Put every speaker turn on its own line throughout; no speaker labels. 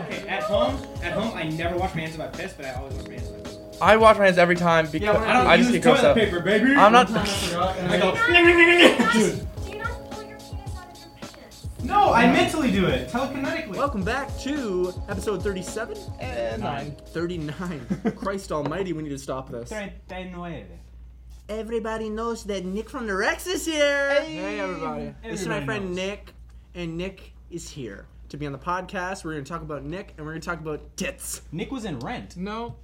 Okay, at home, at home, I never wash my hands if I piss, but I always wash my hands if I piss.
I wash my hands every time because
I don't
I just
use
get
toilet
grossed out.
paper, baby.
I'm not.
I go.
Dude. Do you not pull your penis out of your pants?
No, I mentally do it, telekinetically.
Welcome back to episode 37?
Eh, nine.
39. Christ almighty, we need to stop this.
39.
Everybody knows that Nick from the Rex is here! Hey, everybody. This is my
Everybody
friend
knows.
Nick, and Nick is here to be on the podcast. We're going to talk about Nick, and we're going to talk about tits.
Nick was in Rent.
No.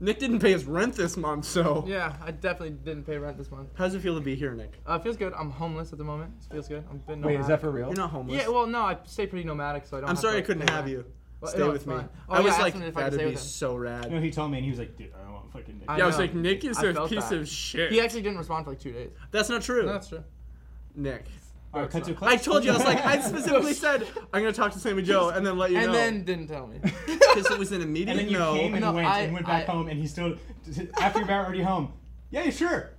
Nick didn't pay his rent this month, so.
Yeah, I definitely didn't pay rent this month.
How does it feel to be here, Nick?
Uh, feels good. I'm homeless at the moment. It feels good. I'm been
Wait,
nomadic.
is that for real?
You're not homeless.
Yeah. Well, no, I stay pretty nomadic, so I don't.
I'm
have
sorry
to,
I couldn't
like,
have you.
Well,
Stay
no,
with
it's
me.
fine. Oh,
I
yeah,
was
ask
like,
him if I could
that'd
stay
be
with him.
so rad.
No, he told me, and he was like, dude, I don't want fucking Nick.
I
yeah, I was
know.
like, Nick is
I
a
felt
piece
that.
of shit.
He actually didn't respond for like two days.
That's not true.
true.
Nick.
All right, cut to a clip.
I told you, I was like, I specifically said, I'm going to talk to Sammy Joe and then let you
and
know.
then didn't tell me.
Because it was an immediate
And then you
no.
came and
No,
went
I-
and went back
I-
home, and he still after you were already home. Yeah, sure.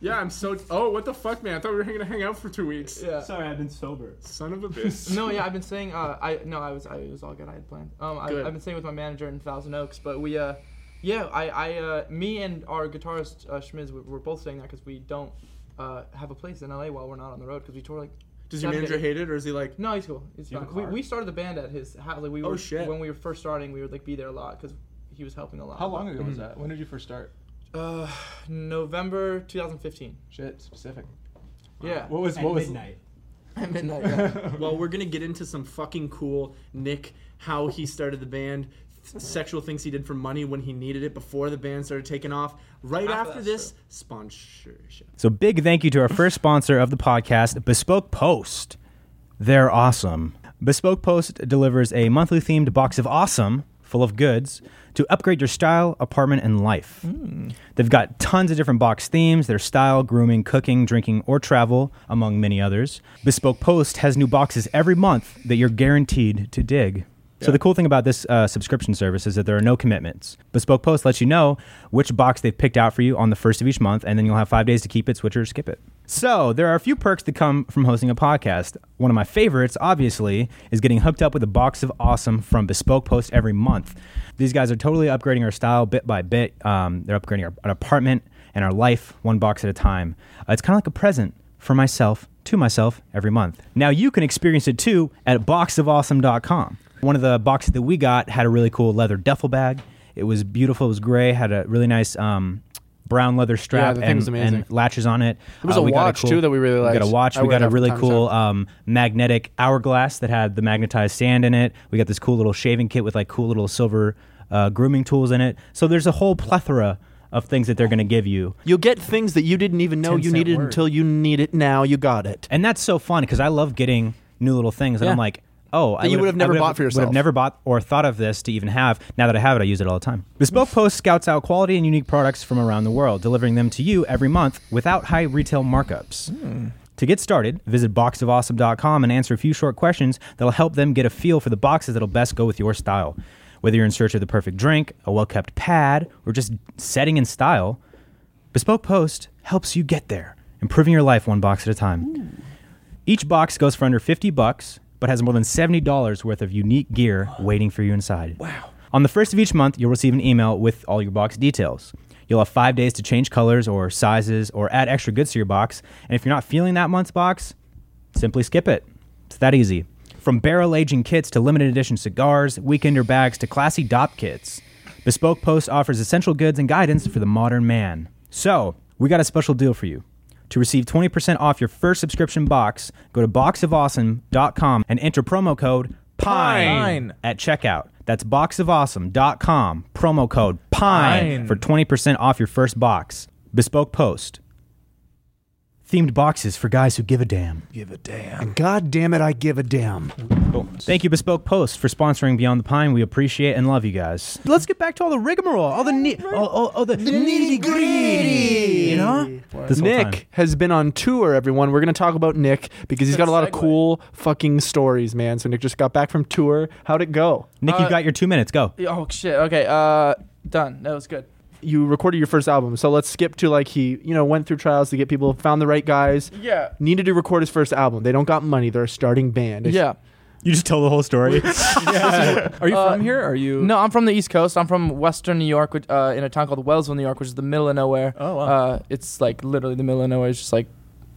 Yeah, I'm so. Oh, what the fuck, man? I thought we were going to hang out for two weeks.
yeah.
Sorry, I've been sober.
Son of a bitch.
No, yeah, I've been saying. Uh, I no, I was, I was all good. I had planned. Um, I,
Good.
I've been staying with my manager in Thousand Oaks, but we, uh, yeah, I, I, uh, me and our guitarist uh, Schmiz, we- we're both staying there because we don't uh, have a place in LA while we're not on the road because we tour like.
Does your
Saturday.
manager hate it or is he like,
No, he's cool. He's
Do you have a
fine. We,
car?
we started the band at his house. Like we
Oh,
were
shit.
when we were first starting, we would like be there a lot because he was helping a lot.
How long ago was that? When did you first start?
Uh, November 2015.
Shit, specific.
Yeah,
What was
At
what was
midnight.
at midnight. Yeah.
well, we're going to get into some fucking cool Nick, how he started the band, th- sexual things he did for money when he needed it before the band started taking off, right after,
After that,
this sponsorship.
So big thank you to our first sponsor of the podcast, Bespoke Post. They're awesome. Bespoke Post delivers a monthly themed box of awesome full of goods to upgrade your style, apartment, and life. They've got tons of different box themes their style, grooming, cooking, drinking, or travel, among many others. Bespoke Post has new boxes every month that you're guaranteed to dig. So the cool thing about this uh, subscription service is that there are no commitments. Bespoke Post lets you know which box they've picked out for you on the first of each month, and then you'll have five days to keep it, switch it, or skip it. So there are a few perks that come from hosting a podcast. One of my favorites, obviously, is getting hooked up with a box of awesome from Bespoke Post every month. These guys are totally upgrading our style bit by bit. Um, they're upgrading our, an apartment and our life one box at a time. Uh, it's kind of like a present for myself to myself every month. Now you can experience it too at boxofawesome.com. One of the boxes that we got had a really cool leather duffel bag. It was beautiful. It was gray. Had a really nice um, brown leather strap
the thing
and,
was amazing.
and latches on it. Uh,
There was a
we got
watch, too, that we really
We got a
liked.
watch.
I
we
wear
got
that
a
from
really
time to
cool
time.
um, magnetic hourglass that had the magnetized sand in it. We got this cool little shaving kit with like cool little silver uh, grooming tools in it. So there's a whole plethora of things that they're going to give you.
You'll get things that you didn't even know
10
you
cent
needed
word.
until you need it. Now you got it.
And that's so fun because I love getting new little things, and I'm
Yeah.
like, oh, I
That you
would've-
would've never
I
bought for
Would
yourself.
have never bought or thought of this to even have. Now that I have it, I use it all the time. Bespoke Post scouts out quality and unique products from around the world, delivering them to you every month without high retail markups. To get started, visit boxofawesome.com and answer a few short questions that'll help them get a feel for the boxes that'll best go with your style. Whether you're in search of the perfect drink, a well kept pad, or just setting in style, Bespoke Post helps you get there, improving your life one box at a time. Each box goes for under 50 bucks, but has more than $70 worth of unique gear waiting for you inside. Wow. On the first of each month, you'll receive an email with all your box details. You'll have five days to change colors or sizes or add extra goods to your box. And if you're not feeling that month's box, simply skip it. It's that easy. From barrel aging kits to limited edition cigars, weekender bags to classy DOP kits, Bespoke Post offers essential goods and guidance for the modern man. So, we got a special deal for you. To receive 20% off your first subscription box, go to boxofawesome.com and enter promo code PINE,
Pine.
at checkout. That's boxofawesome.com, promo code PINE,
Pine.
for 20% off your first box. Bespoke Post. Themed boxes for guys who give a damn.
Give a damn.
God damn it, I give a damn.
Thank you, Bespoke Post, for sponsoring Beyond the Pine. We appreciate and love you guys. Let's get back to all the rigmarole, all the ne- all, all, all the nitty gritty. You know, this whole
Nick
time.
has been on tour, everyone. We're going to talk about Nick because he's got a lot of cool fucking stories, man. So Nick just got back from tour. How'd it go?
Nick,
Uh,
you've got your two minutes. Go.
Yeah, Oh shit. Okay. Uh, done. That was good.
You recorded your first album. So let's skip to like he, you know, went through trials to get people, found the right guys,
Yeah.
needed to record his first album. They don't got money. They're a starting band. It's-
Yeah.
You just tell the whole story.
Are you
Uh,
from here? Are you?
No, I'm from the East Coast. I'm from Western New York, which, uh, in a town called Wellsville, New York, which is the middle of nowhere.
Oh wow.
Uh, it's like literally the middle of nowhere. It's just like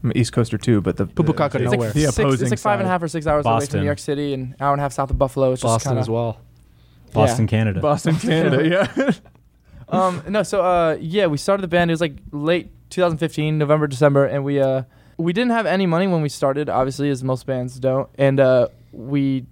I'm an East Coaster too, but the
Bukaka
the,
nowhere.
The
Six-
opposing
it's like five and a
side.
half or six hours away from
Boston.
New York City, and hour and a half south of Buffalo. It's just
Boston
kind
as
of
well.
Boston, Canada.
Boston, Canada. Yeah.
um no so uh yeah we started the band it was like late 2015 november december and we uh we didn't have any money when we started obviously as most bands don't and uh we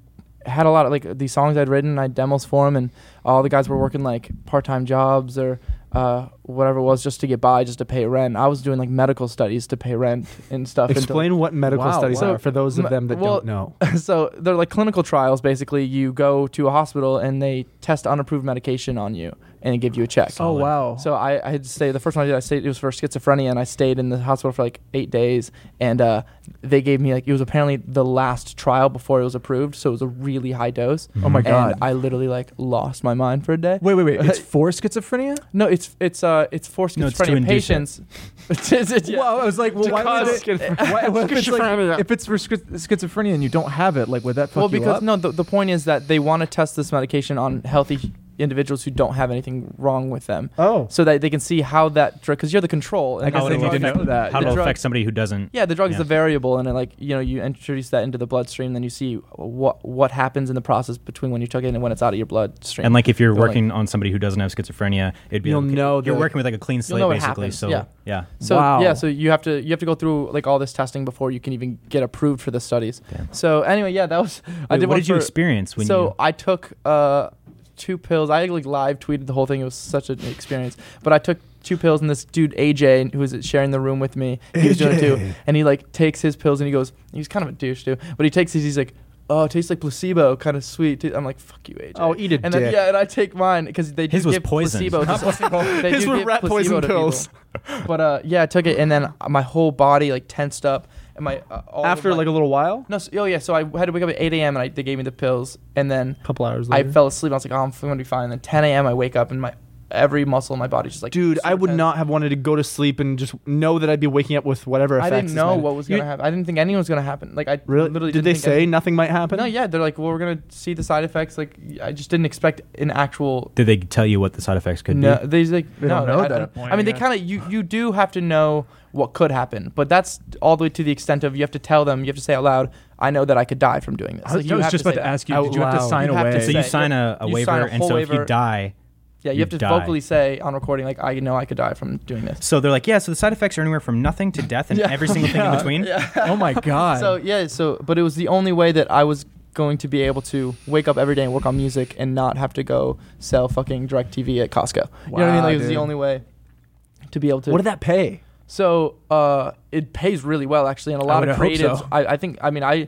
had a lot of like these songs i'd written i had demos for them and all the guys were working like part-time jobs or uh whatever it was just to get by just to pay rent i was doing like medical studies to pay rent and stuff until-
Explain what medical
Wow, oh,
studies
wow.
are for those of
Me-
them that
well-
don't know.
so they're like clinical trials basically you go to a hospital and they test unapproved medication on you and they give you a check
oh wow.
so I, I had to stay. The first one I did, I stayed. It was for schizophrenia, and I stayed in the hospital for like eight days. And uh, they gave me like it was apparently the last trial before it was approved, so it was a really high dose.
oh
Mm-hmm.
my god.
And I literally like lost my mind for a day.
wait, wait, wait. It's for schizophrenia.
No, it's it's uh it's for
No, it's
schizophrenia
to induce it.
patients. It's- it's- yeah.
Well, I was like, well,
To
why
cause
would it? Why, well, if, it's like, if it's for schi- schizophrenia and you don't have it, like, would that fuck
well,
you
because
up?
no, the, the point is that they want to test this medication on healthy individuals who don't have anything wrong with them,
Oh,
so that they can see how that drug because you're the control. and
I guess
how
they
it
need to
affects-
know that.
How
The
to
drug-
affect somebody who doesn't.
Yeah, the drug
Yeah.
is the variable, and it, like you know, you introduce that into the bloodstream, then you see what what happens in the process between when you took it and when it's out of your bloodstream.
And like if you're
But, like-
working on somebody who doesn't have schizophrenia, it'd be
You'll
like,
know
you're
the-
working with like a clean slate
know what
basically.
happens,
So
yeah.
yeah.
so
Wow.
yeah, so you have to you have to go through like all this testing before you can even get approved for the studies.
Damn.
So anyway, yeah, that was I
Wait,
did
what
one
did you
for-
experience when
so
you
I took uh, two pills. I like live tweeted the whole thing. It was such an experience. But I took two pills, and this dude AJ, who was sharing the room with me, he was doing it too. And he like takes his pills, and he goes, he's kind of a douche too. But he takes these, he's like, oh, it tastes like placebo, kind of sweet. I'm like, fuck you, AJ.
Oh, eat a
and then
dick.
yeah, and I take mine because they do
His was
give
poison.
placebo.
Not
placebo. They
His
do
were
give
rat
placebo
poison
to people.
pills.
But uh, yeah, I took it, and then my whole body like tensed up, and my uh, all of
After
my-
like a little while,
no, so, oh yeah. So I had to wake up at 8 a.m. and I, they gave me the pills, and then
a couple hours
I fell asleep. I was like, oh, I'm f- gonna be fine. And then 10 a.m. I wake up and my every muscle in my body just like. uh,
Dude, I
super
would
tense.
not have wanted to go to sleep and just know that I'd be waking up with whatever.
I
Effects
didn't
this
know
might-
what was gonna
You-
happen. I didn't think anything was gonna happen. Like I
Really?
literally
Did
didn't
they
think any-
say nothing might happen?
no, yeah, they're like, well, we're gonna see the side effects. Like, I just didn't expect an actual.
did they tell you what the side effects could
no,
be?
they like
They
no,
don't know
I,
that
I-
at point,
I mean, they
yeah.
kind of you you do have to know what could happen, but that's all the way to the extent of you have to tell them. You have to say out loud, "I know that I could die from doing this."
I was,
Like, you
I was
have
just
to
about
say
to
that.
ask you.
Out
Did you have to
loud.
sign
You have to
away?
So you
say-
sign a, a
you
waiver,
sign a
and
whole
so if you
waiver.
die,
Yeah, you,
You
have to
die.
vocally say on recording, like, I know I could die from doing this.
so they're like, yeah. So the side effects are anywhere from nothing to death, and
Yeah.
every single thing in
Yeah.
between.
oh my god.
So, yeah, so, but it was the only way that I was going to be able to wake up every day and work on music and not have to go sell fucking direct TV at Costco. you know what I mean?
Wow,
Like, it was the
dude.
only way to be able to.
what did that pay?
So, uh, it pays really well, actually, and a lot
would
of
hope
creatives.
so.
I, I think, I mean, I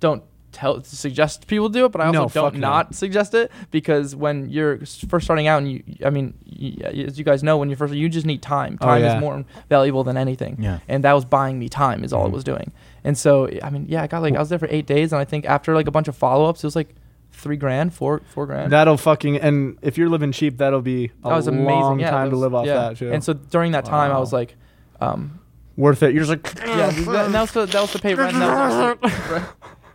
don't. Tell, suggest people do it, but I also
No, fuck
don't
no.
not suggest it because when you're s- first starting out, and you, I mean, you, as you guys know, when you're first, you just need time.
Oh,
Time
yeah.
is more valuable than anything.
Yeah.
and that was buying me time is all
Mm-hmm.
it was doing and so i mean yeah i got like i was there for eight days and i think after like a bunch of follow-ups it was like three grand four four grand
That'll fucking and if you're living cheap, that'll be a
that was amazing
long
yeah,
time
that
to
was-
live off
yeah.
that. Too.
and so during that time i
Wow.
was like um
worth it. You're just like
yeah th- that, that was to, that was to pay rent and that was, to, that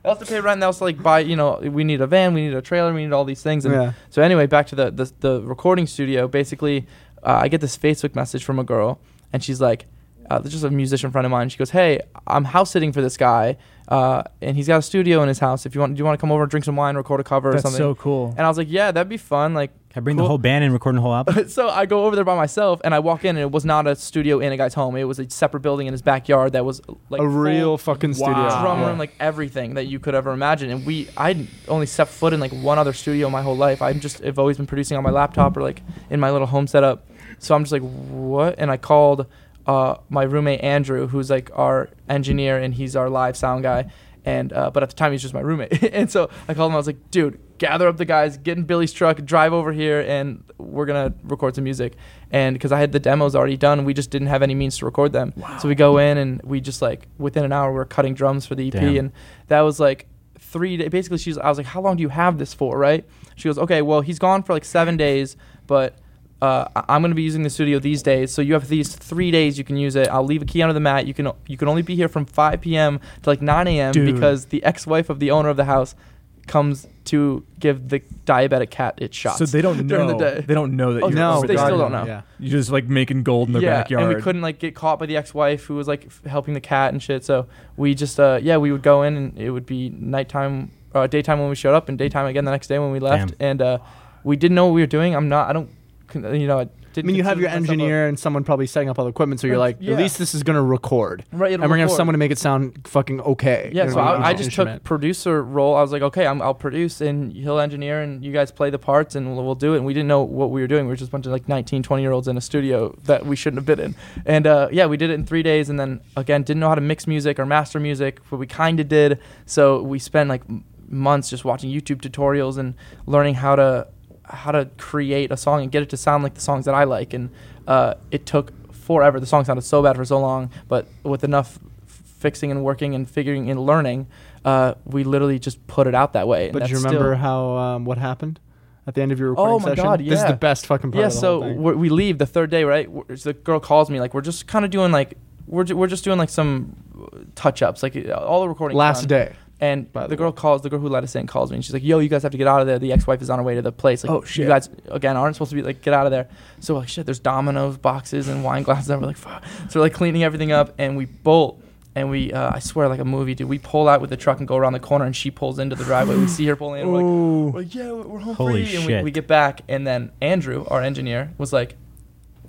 was to pay rent that was to like buy you know we need a van we need a trailer we need all these things and
yeah.
So anyway, back to the the, the recording studio. Basically, uh, I get this Facebook message from a girl, and she's like, uh, this is just a musician friend of mine. She goes, "Hey, I'm house sitting for this guy, uh, and he's got a studio in his house. If you want, do you want to come over and drink some wine, record a cover or
That's
something?"
so cool.
and I was like, "Yeah, that'd be fun." Like,
I bring the
Cool.
whole band and recording the whole album.
so I go over there by myself, and I walk in, and it was not a studio in a guy's home. It was a separate building in his backyard that was like
a
full
real fucking studio.
Wow.
drum
Yeah.
room, like everything that you could ever imagine. And we, I only stepped foot in like one other studio my whole life. I'm just, I've always been producing on my laptop or like in my little home setup. So I'm just like, what? And I called uh, my roommate Andrew, who's like our engineer and he's our live sound guy. And uh, but at the time he's just my roommate. and so I called him. I was like, dude, gather up the guys, get in Billy's truck, drive over here, and we're gonna record some music. And because I had the demos already done, we just didn't have any means to record them. So we go in and we just like within an hour we are cutting drums for the EP,
Damn.
E and that was like three days. Basically, she's I was like, how long do you have this for, right? She goes, okay, well he's gone for like seven days, but. Uh, I- I'm gonna be using the studio these days, so you have these three days you can use it. I'll leave a key under the mat. You can you can only be here from 5 p.m. to like 9 a.m.
Dude.
because the ex-wife of the owner of the house comes to give the diabetic cat its shots.
So they don't know.
during the day.
They don't know that
Oh,
you're
no,
over
they still
gardening.
don't know.
Yeah.
You're just like making gold in their
yeah,
backyard.
and we couldn't like get caught by the ex-wife who was like f- helping the cat and shit. So we just uh yeah we would go in and it would be nighttime, uh, daytime when we showed up and daytime again the next day when we left.
Damn.
And uh, we didn't know what we were doing. I'm not. I don't. con- You know. I,
I
didn't
mean, you have
consider
your
myself a-
engineer and someone probably setting up all the equipment, so you're
Right,
like,
yeah.
at least this is going to record.
Right, it'll
and we're going to have
record.
someone to make it sound fucking okay.
Yeah,
You
so
know,
I,
on
I
the
just
instrument.
took producer role. I was like, okay, I'm, I'll produce and he'll engineer and you guys play the parts and we'll, we'll do it. And we didn't know what we were doing. We were just a bunch of like 19, 20 year olds in a studio that we shouldn't have been in. And uh, yeah, we did it in three days. And then again, didn't know how to mix music or master music, but we kind of did. So we spent like m- months just watching YouTube tutorials and learning how to how to create a song and get it to sound like the songs that I like. And uh, it took forever. The song sounded so bad for so long, but with enough f- fixing and working and figuring and learning, uh, we literally just put it out that way. and
But do you
that's
remember
still-
how um, what happened at the end of your recording
Oh my
session?
God,
This is
yeah.
the best fucking part.
yeah,
of the
so
whole thing.
we're- we leave the third day, right? We're- The girl calls me like, "We're just kind of doing like, we're ju- we're just doing like some touch-ups, like uh, all the recording."
last day.
And
By the
the girl calls, the girl who let us in calls me, and she's like, "Yo, you guys have to get out of there. The ex-wife is on her way to the place. Like,
Oh, shit.
you guys again aren't supposed to be like get out of there." So we're like, shit, there's dominoes, boxes, and wine glasses, and we're like, fuck. So we're like cleaning everything up, and we bolt, and we, uh, I swear, like a movie, dude. We pull out with the truck and go around the corner, and she pulls into the driveway. we see her pull in, we're like, we're like, yeah, we're home
Holy
free. And
shit.
we, we get back, and then Andrew, our engineer, was like,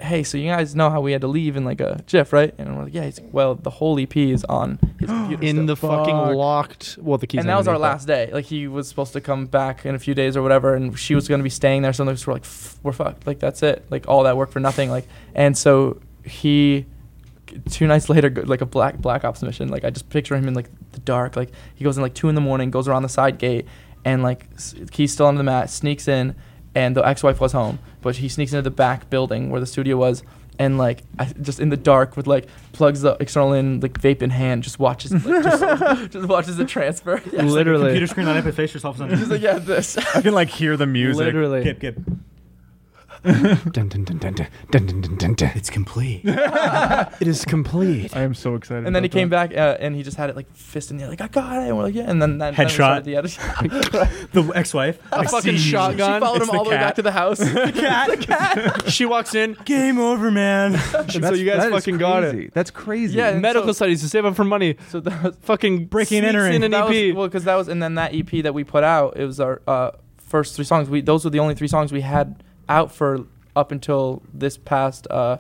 hey, so you guys know how we had to leave in like a GIF, right? And we're like, yeah. He's like, well, the whole EP is on his computer. still."
In the fucking
Fuck.
locked. Well, the keys.
and that was our
underneath it.
last day. Like he was supposed to come back in a few days or whatever, and she was going to be staying there. So we're like, "F- we're fucked. Like that's it. Like all that work for nothing. Like and so he, two nights later, go- like a black black ops mission. Like I just picture him in like the dark. Like he goes in like two in the morning, goes around the side gate, and like s- keys still under the mat, sneaks in, and the ex-wife was home, but he sneaks into the back building where the studio was. And like, I, just in the dark, with like plugs the external in, like vape in hand, just watches, like, just, just watches the transfer. Yeah.
literally.
Computer screen on it, face yourself. Something.
He's like, yeah, this.
I can like hear the music.
Literally.
Gip, gip.
Dun, dun, dun, dun, dun, dun, dun, dun, dun, dun.
It's complete.
It is complete.
I am so excited.
And then he
about
came
that.
back uh, and he just had it like fist in the air, like I got it. And we're like, yeah. And then that
Headshot.
Then we started the edit.
the ex-wife. I see you.
She followed him all the way back to the house.
she walks in.
Game over, man.
so you guys
That is
fucking got it.
crazy. That's crazy.
Yeah, and
Medical
so-
studies to save up for money.
so that was,
Fucking
Breaking and
sneaks
entering.
in an E
that
EP.
was well, because that was, and then that EP that we put out, it was our uh, first three songs. We those were the only three songs we had out for up until this past uh,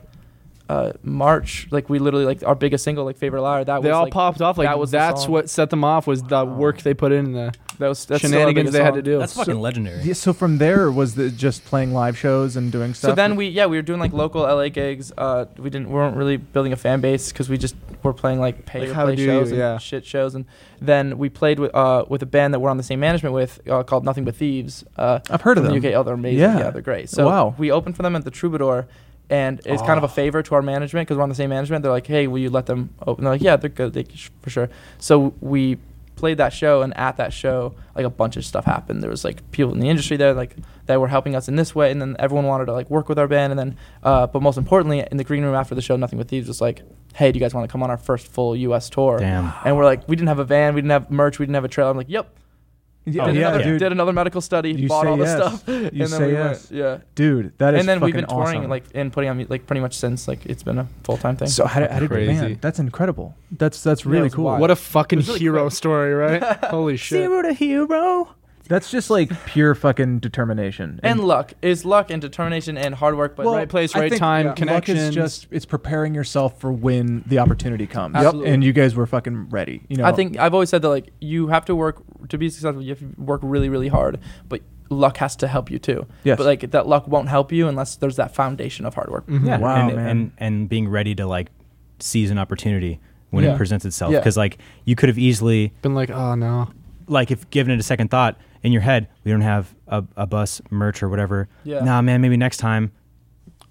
uh, March. Like we literally like our biggest single, like "Favorite Liar." That
they
was
all
like,
popped off. Like
that was the
that's
song.
what set them off was the work they put in the
That was that's still our
shenanigans
biggest
they had
song.
to do.
That's fucking legendary.
Yeah, so from there was the just playing live shows and doing stuff.
So then we yeah we were doing like local LA gigs. Uh, we didn't we weren't really building a fan base because we just were playing like pay
Like,
to
how
play
do
shows
you-
and
yeah.
shit shows. And then we played with uh, with a band that we're on the same management with uh, called Nothing But Thieves. Uh,
I've heard of
from
them.
the UK. Oh, they're amazing.
Yeah.
Yeah, they're great. So
Wow.
we opened for them at the Troubadour. And it's kind of a favor to our management because we're on the same management. They're like, "Hey, will you let them open?" They're like, "Yeah, they're good, they, sh- for sure." So we played that show, and at that show, like a bunch of stuff happened. There was like people in the industry there, like that were helping us in this way, and then everyone wanted to like work with our band, and then, uh, but most importantly, in the green room after the show, Nothing with Thieves was like, "Hey, do you guys want to come on our first full U.S. tour?"
Damn.
And we're like, we didn't have a van, we didn't have merch, we didn't have a trailer. I'm like, "Yep."
Yeah,
Oh,
did,
yeah,
another,
dude.
did another medical study,
You
bought
say
all the
yes.
stuff,
You
and then
say
we
yes.
went. Yeah
dude, that is
and then we've been
fucking
touring
awesome.
like and putting on like pretty much since like it's been a full time thing.
So how did, how did
Crazy.
man? That's incredible. That's that's
Yeah, it
really
was
cool.
wild.
what a fucking
It was really
hero
quick.
story, right? Holy shit.
to hero.
That's just like pure fucking determination.
and luck is luck and determination and hard work, but
Well,
right place,
I
right
think
time,
luck is
connections.
just it's preparing yourself for when the opportunity comes.
Absolutely.
And you guys were fucking ready. You know,
I think I've always said that like you have to work to be successful. You have to work really really hard, but luck has to help you too.
Yes. Mm-hmm.
But like that luck won't help you unless there's that foundation of hard work.
Yeah.
Wow,
and,
man.
and and being ready to like seize an opportunity when
Yeah.
it presents itself
Yeah.
because like you could have easily
Been like, oh no.
like if given it a second thought in your head, we don't have a, a bus merch or whatever.
Yeah.
Nah, man, maybe next time.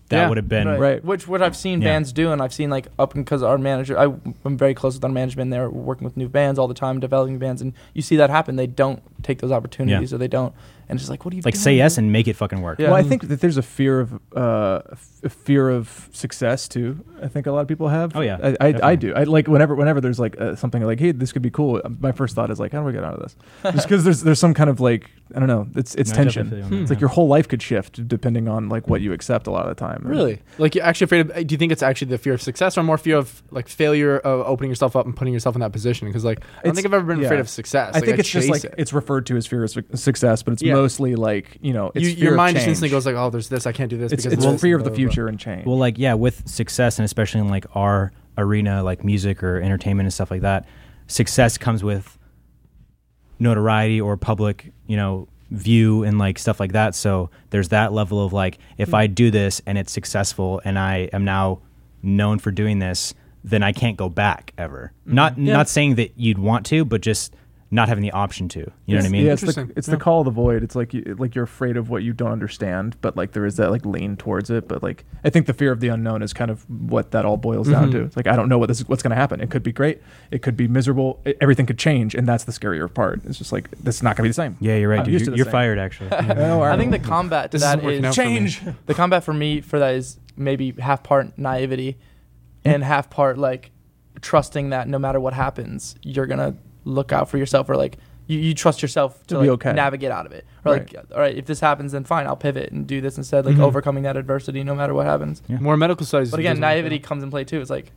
that
Yeah,
would have been
right.
Right.
Which what I've seen
Yeah.
bands do, and I've seen like up because our manager, I, am very close with our management. They're working with new bands all the time, developing bands, and you see that happen. They don't take those opportunities, or they don't, and it's just like, what do you
like
doing?
say yes and make it fucking work.
Yeah.
Well, I think that there's a fear of uh, f- a fear of success too. I think a lot of people have.
Oh, yeah.
I, I, I
Definitely.
do. I like whenever whenever there's like uh, something like, hey, this could be cool. uh, My first thought is like, how do we get out of this? Just because there's there's some kind of like I don't know. It's it's
No, I definitely
tension.
feel you on
It's
that.
like your whole life could shift depending on like what you accept a lot of the time.
Really? Like you're actually afraid of? Do you think it's actually the fear of success, or more fear of like failure of opening yourself up and putting yourself in that position? Because like I don't
It's-
think I've ever been
yeah.
afraid of success.
I think it's just like
chase it.
it's referred to as fear of su- success, but it's
Yeah.
mostly like you know, it's
You-
fear
your
of
mind just
change.
instantly goes like, "Oh, there's this. I can't do this."
It's,
because
it's
this,
fear of
blah,
the
blah, blah.
future and change.
Well, like yeah, with success and especially in like our arena, like music or entertainment and stuff like that, success comes with notoriety or public, you know, view and like stuff like that. So there's that level of like, if
Mm.
I do this and it's successful and I am now known for doing this, then I can't go back ever.
Mm-hmm.
Not not saying that you'd want to, but just not having the option to. You know what I
It's-
mean?
Yeah, it's, the,
Interesting.
it's
Yeah.
the call of the void. It's like you, like you're afraid of what you don't understand, but like there is that like lean towards it. But like I think the fear of the unknown is kind of what that all boils down
Mm-hmm.
to. It's like I don't know what this what's going to happen. It could be great. It could be miserable. e- everything could change, and that's the scarier part. It's just like that's not going to be the same.
Yeah, you're right.
I'm
Dude. You're,
used to the
you're
same.
fired actually.
Oh, all
I think the
right.
combat to
This
that
isn't working
is
out for me.
the combat for me for that is maybe half part naivety, and half part like trusting that no matter what happens, you're gonna look out for yourself or like. You, you trust yourself to
It'll be
like,
okay.
navigate out of it, or like, all right, if this happens, then fine, I'll pivot and do this instead, like overcoming that adversity no matter what happens.
More medical studies.
But again,
doesn't work
naivety
out.
comes in play too. It's like,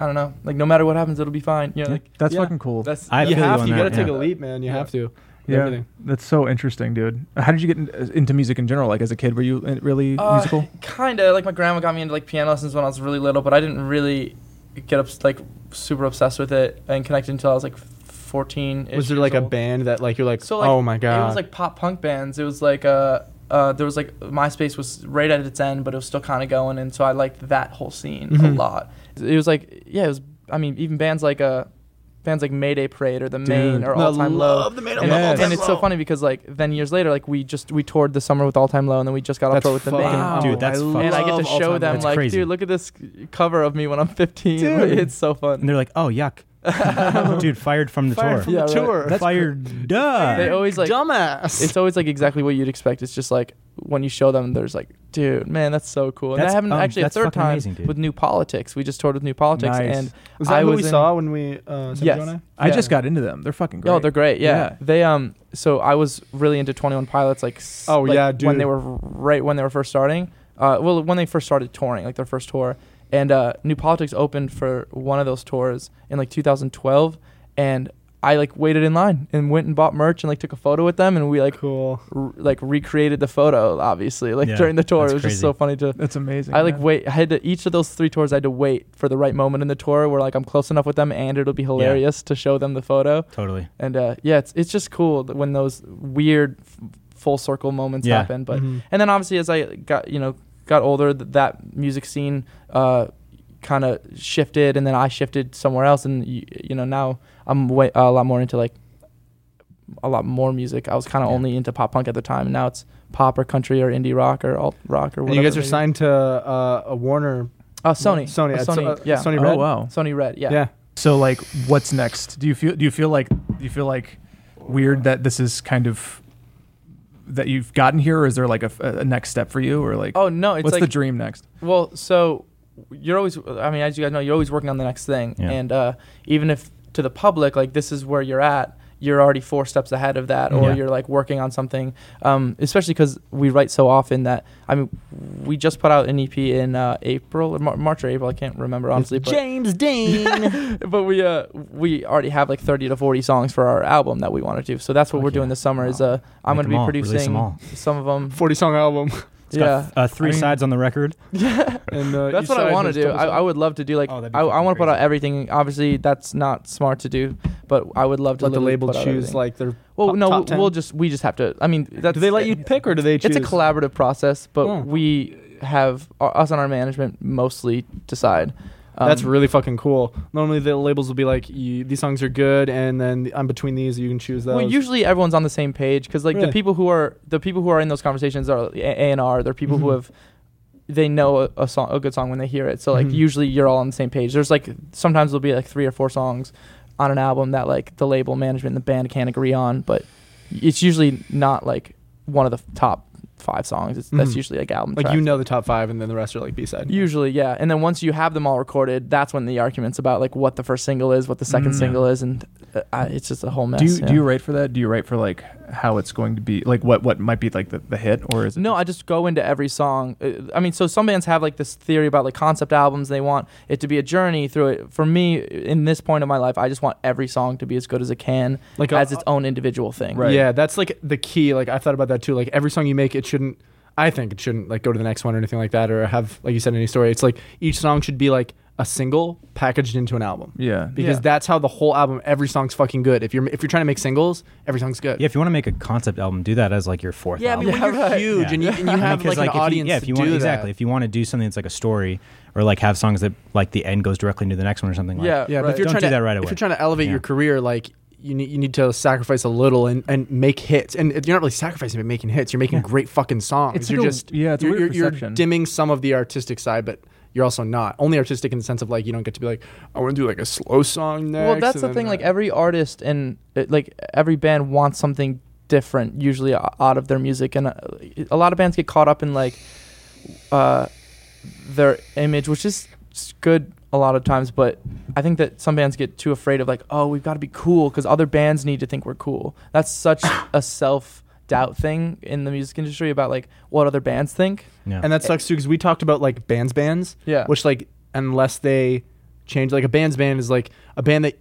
I don't know, like no matter what happens, it'll be fine. You know, like
that's
Yeah.
fucking cool.
that's
I
You
feel
have
on
to. You
that,
got to take
yeah.
a leap, man. You have to. with
yeah,
Everything.
that's so interesting, dude. How did you get in, uh, into music in general? Like as a kid, were you in- really
Uh,
musical?
Kind of like my grandma got me into like piano lessons when I was really little, but I didn't really get up like super obsessed with it and connected until I was like 14.
Was there like a band that like you're like,
So like,
oh my god?
it was like pop punk bands. It was like uh, uh, there was like MySpace was right at its end, but it was still kind of going, and so I liked that whole scene a
Mhm.
lot. It was like yeah, it was. I mean, even bands like uh, bands like Mayday Parade or The Main or
I
All Time Low.
love the Maiden
And,
Love All
Yes.
Time
and it's so
Low.
funny because like then years later, like we just we toured the summer with All Time Low, and then we just got off
That's
tour with the
fucking-
Main.
Wow.
Oh,
Dude, that's
I
fucking-
and I get to
love
show
All
them
Time Low.
That's
like,
crazy.
dude, look at this cover of me when I'm 15. It's so
And
fun.
they're like, oh yuck, dude, fired from the
Fired
tour.
from Yeah,
The
right.
tour.
fired. Duh.
They always like
dumbass.
it's always like exactly what you'd expect. It's just like when you show them, there's like, dude, man, that's so cool. And
That's-
that happened
um,
actually a
that's
third
fucking
time
amazing, dude.
with New Politics. We just toured with New Politics,
Nice.
and
Was that
I
who
was
we
in-
saw when we? Uh,
Yes.
Yes.
I
yeah.
just got into them. They're fucking great.
oh, they're great. Yeah.
Yeah.
they um. So I was really into Twenty One Pilots, like s-
Oh,
like,
yeah,
when
dude.
they were right when they were first starting. Uh, well, when they first started touring, like their first tour, and uh, New Politics opened for one of those tours in like 2012, and. I like waited in line and went and bought merch and like took a photo with them and we like
Cool.
r- like recreated the photo obviously like
Yeah,
during the tour it
that's
was just
crazy.
so funny to
That's amazing.
I like
man.
wait I had to each of those three tours I had to wait for the right moment in the tour where like I'm close enough with them and it'll be hilarious to show them the photo
Totally.
and uh yeah it's it's just cool that when those weird f- full circle moments
Yeah.
Mm-hmm.
happen but
Mhm.
and then obviously as I got you know got older th- that music scene uh kind of shifted and then I shifted somewhere else and you, you know now I'm way, a lot more into like a lot more music. I was kind of
Yeah.
only into pop punk at the time. and Now it's pop or country or indie rock or alt rock or
And
whatever.
you guys are
maybe.
signed to uh, a Warner.
Uh, Sony.
Sony.
Uh,
uh,
Sony.
uh,
yeah. Sony.
Sony
Oh
Red.
wow.
Red. Yeah.
Yeah.
So like, what's next? Do you feel? Do you feel like? Do you feel like weird that this is kind of that you've gotten here, or is there like a, a next step for you, or like
Oh no, it's
what's
like
the dream next?
well, so you're always. I mean, as you guys know, you're always working on the next thing,
Yeah.
and uh, even if to the public, like this is where you're at. You're already four steps ahead of that, or
Yeah.
you're like working on something. Um, especially because we write so often that I mean, we just put out an EP in uh, April, or Mar- March or April. I can't remember honestly. But
James Dean.
but we uh we already have like 30 to 40 songs for our album that we want to do so that's what
Fuck
we're doing
yeah.
this summer is
Wow.
uh i'm
Make 'em
going to be
all. Release 'em
producing
all.
some of them
Forty song album.
It's
yeah
got uh, three
I mean-
sides on the record.
And uh,
that's
each
what i
side
want to
is
do
double
I,
side.
I would love to do like
Oh, that'd be
i, I
fucking
want to put out
crazy.
everything obviously that's not smart to do but i would love to
let the
literally
label
put out
choose
everything.
like their.
well
top-
no
top 10?
we'll just we just have to i mean that's,
Do they let you pick or do they choose?
it's a collaborative process but
Yeah.
we have our, us and our management mostly decide Um,
That's really fucking cool. Normally the labels will be like, you, these songs are good, and then I'm between these, you can choose those.
Well, usually everyone's on the same page because like
Really?
the people who are the people who are in those conversations are A and R. They're people who
Mhm.
have they know a, a song, a good song when they hear it. So like usually you're all on the same page. There's like sometimes there'll be like three or four songs on an album that like the label management and the band can't agree on, but it's usually not like one of the top five songs. It's, That's
Mhm.
usually like album.
Like
tracks.
you know the top five, and then the rest are like B side.
Usually, yeah. And then once you have them all recorded, that's when the arguments about like what the first single is, what the second
Mm.
single is, and uh, I, it's just a whole mess.
do you
yeah.
do you write for that? Do you write for like how it's going to be like what what might be like the, the hit or is it
No, I just go into every song. Uh, I mean, so some bands have like this theory about like concept albums. They want it to be a journey through it. For me, in this point of my life, I just want every song to be as good as it can,
Like uh, a-
as its own individual thing.
Right.
Yeah, that's like the key. Like I thought about that too. Like every song you make, it shouldn't. I think it shouldn't like go to the next one or anything like that, or have like you said any story. It's like each song should be like a single packaged into an album
yeah
because
Yeah.
that's how the whole album. Every song's fucking good. If you're if you're trying to make singles, every song's good.
Yeah, if you want to make a concept album, do that as like your fourth.
Yeah, I
album.
mean, when you're
Right.
huge,
huge, and you, and you have like,
because,
an
if you-
audience
yeah, if you
to
want
do
exactly,
that.
if you want to do something that's like a story, or like have songs that like the end goes directly into the next one or something. Like,
yeah,
yeah, but if
right.
you're
Don't
trying
do
to
that right away.
if you're trying to elevate
Yeah.
your career, like you need you need to sacrifice a little and, and make hits. And you're not really sacrificing, but making hits. You're making
Yeah.
great fucking songs.
It's
you're
like a-
just
yeah, it's a
you're,
weird
you're, you're
perception.
dimming some of the artistic side, but you're also not only artistic in the sense of like you don't get to be like I want to do like a slow song next.
Well, that's
and
the
then,
thing. Like
uh,
every artist and uh, like every band wants something different, usually o- out of their music, and uh, a lot of bands get caught up in like uh, their image, which is s- good a lot of times. But I think that some bands get too afraid of like, oh, we've got to be cool because other bands need to think we're cool. That's such a self doubt thing in the music industry about like what other bands think.
yeah.
and that sucks too because we talked about like bands bands
Yeah.
which like unless they change like a band's band is like a band that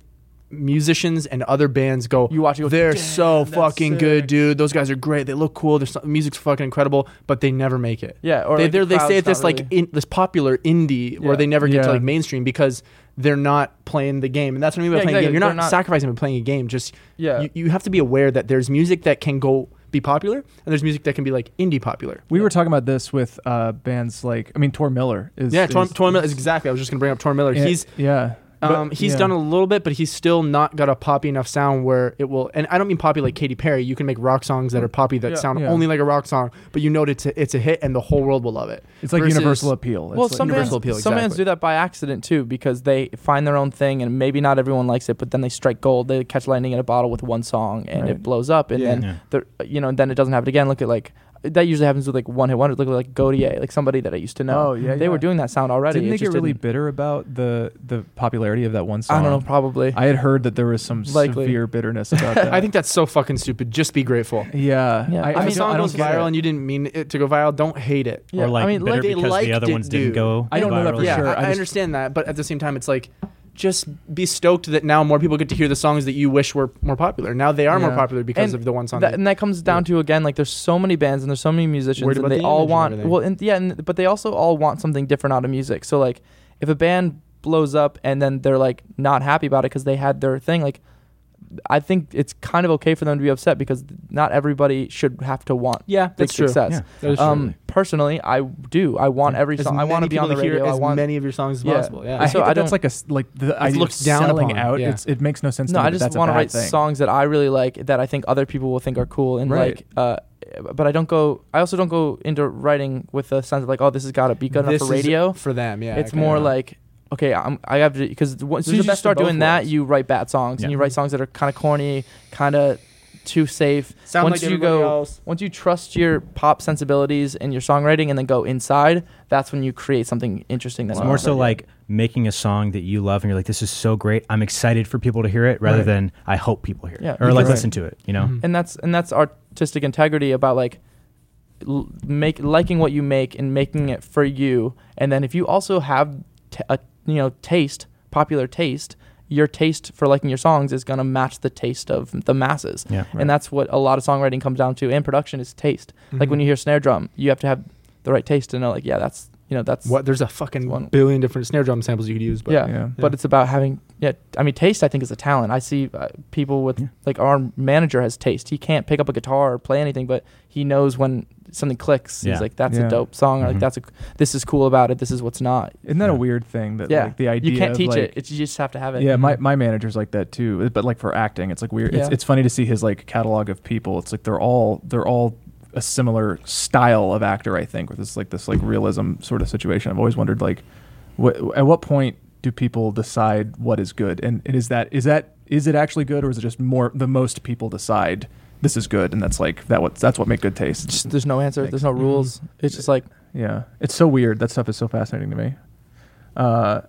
musicians and other bands go
You watch it, you go,
they're
"Damn,
so
that's
fucking
sick."
good dude those guys are great they look cool their so- music's fucking incredible but they never make it
Yeah, or
they
like, the
they're- they
crowd's
stay at this
not
like
really-
in, this popular indie
Yeah.
where they never get to
Yeah.
like mainstream because they're not playing the game and that's what I mean by
Yeah,
playing
exactly.
the game you're
They're
not,
not-
sacrificing by playing a game just
Yeah.
you, you have to be aware that there's music that can go be popular and there's music that can be like indie popular
we were talking about this with uh bands like I mean Tor Miller is
yeah, Tor,
is-
Tor Miller is exactly. I was just gonna bring up Tor Miller.
yeah,
He's
yeah
um,
But-
he's
yeah.
done a little bit, but he's still not got a poppy enough sound where it will. And I don't mean poppy like Katy Perry. You can make rock songs that are poppy that
Yeah,
sound
yeah.
only like a rock song, but you know it's a, it's a hit and the whole world will love it.
it's like
versus-
universal appeal
well,
It's like-
some bands,
universal appeal,
some bands
exactly.
do that by accident too, because they find their own thing, and maybe not everyone likes it, but then they strike gold. They catch lightning in a bottle with one song, and it
Right.
blows up, and
Yeah.
then
Yeah.
they're- you know, and then it doesn't happen again. Look at like that usually happens with like one hit wonders. Look at like Godier, like somebody that I used to know.
Oh, yeah,
they were
yeah.
doing that sound already.
didn't
it
they get
just
really
didn't-
bitter about the the popularity of that one song
I don't know, probably.
I had heard that there was some
Likely.
severe bitterness about that
I think that's so fucking stupid. Just be grateful.
yeah
Yeah. I
if
mean,
a song
don't
goes
get it.
viral and you didn't mean it to go viral, don't hate it.
yeah,
or like
I mean,
better
like, they
because the
liked
other
it,
ones didn't
dude.
go.
I don't know that
viral.
for
yeah,
sure.
I,
I
I
just-
understand that, but at the same time, it's like just be stoked that now more people get to hear the songs that you wish were more popular. Now they are more
Yeah.
popular because
And
of the one song.
That,
that-
and that comes down to again, like there's so many bands and there's so many musicians,
Worried
and
about
they
the
all
image and
want
everything.
well, and, yeah, and, but they also all want something different out of music. So like, if a band blows up and then they're like not happy about it because they had their thing, like I think it's kind of okay for them to be upset because not everybody should have to want
yeah,
big
that's true.
success.
Yeah.
Um, personally, I do. I want every
As
song. I want to
many
be on the
people to
radio.
Hear
I
as
want
many of your songs as
Yeah.
possible. Yeah.
I
So
hate
I
that that's
don't-
like a s- like the idea
looked
of
down
selling
upon,
out.
yeah.
It's, it makes no sense.
No,
to me
I
that
just
that's a
want to
bad
write
thing.
songs that I really like that I think other people will think are cool and
Right.
like. Uh, but I don't go. I also don't go into writing with the sense of like, oh, this has got to be good
This
enough for
is
radio.
for them. Yeah,
it's
okay.
more
Yeah.
like, okay, I'm, I have to because as
the
soon as you
best of
start
both
doing that,
worlds.
you write bad songs
Yeah.
and you write songs that are kind of corny, kind of too safe.
Sound
once
like
you
everybody
go,
else.
once you trust your pop sensibilities and your songwriting, and then go inside, that's when you create something interesting.
It's
that's
more so like making a song that you love and you're like, this is so great. I'm excited for people to hear it rather
Right.
than I hope people hear it
Yeah.
or like
Right.
listen to it, you know?
Mhm.
and that's and that's artistic integrity about like l- make liking what you make and making it for you and then if you also have t- a you know taste popular taste your taste for liking your songs is going to match the taste of the masses
Yeah.
and that's what a lot of songwriting comes down to and production is taste like
Mm-hmm.
when you hear snare drum you have to have the right taste to know like yeah that's you know that's
what there's a fucking
One-
billion different snare drum samples you could use. But
yeah,
Yeah.
but it's about having yeah i mean taste i think is a talent i see uh, people with
Yeah.
like our manager has taste he can't pick up a guitar or play anything but he knows when something clicks
Yeah.
he's like that's
Yeah.
a dope song or
Mhm.
like that's a this is cool about it this is what's not
Isn't that
Yeah.
a weird thing that
yeah
like the idea
you can't
of,
teach
like-
it it's, you just have to have it
Yeah, my, my manager's like that too. But like for acting, it's like weird. It's,
Yeah.
it's funny to see his like catalog of people. It's like they're all they're all a similar style of actor. I think with this like this like realism sort of situation. I've always wondered like, what at what point do people decide what is good, and, and is that is that is it actually good, or is it just more the most people decide this is good, and that's like that what that's what make good taste.
Just, there's no answer. There's no rules. It's just like
Yeah, it's so weird. That stuff is so fascinating to me. Uh,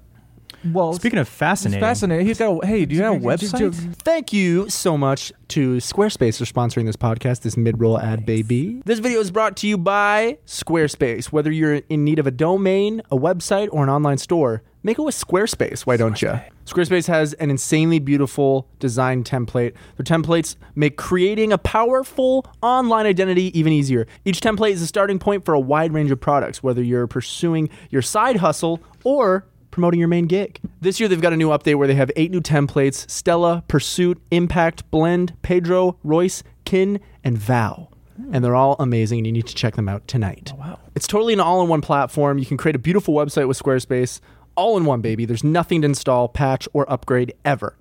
well,
Speaking of
it's
fascinating,
fascinating. He's got. A, hey, do you have a website?
Thank you so much to Squarespace for sponsoring this podcast, this mid roll ad baby. This video is brought to you by Squarespace. Whether you're in need of a domain, a website, or an online store, make it with Squarespace. Why don't you? Squarespace has an insanely beautiful design template. Their templates make creating a powerful online identity even easier. Each template is a starting point for a wide range of products, whether you're pursuing your side hustle or promoting your main gig. This year, they've got a new update where they have eight new templates Stella, Pursuit, Impact, Blend, Pedro, Royce, Kin, and Vow. And they're all amazing, and you need to check them out tonight. Oh, wow. It's totally an all in one platform. You can create a beautiful website with Squarespace, all in one, baby. There's nothing to install, patch, or upgrade ever.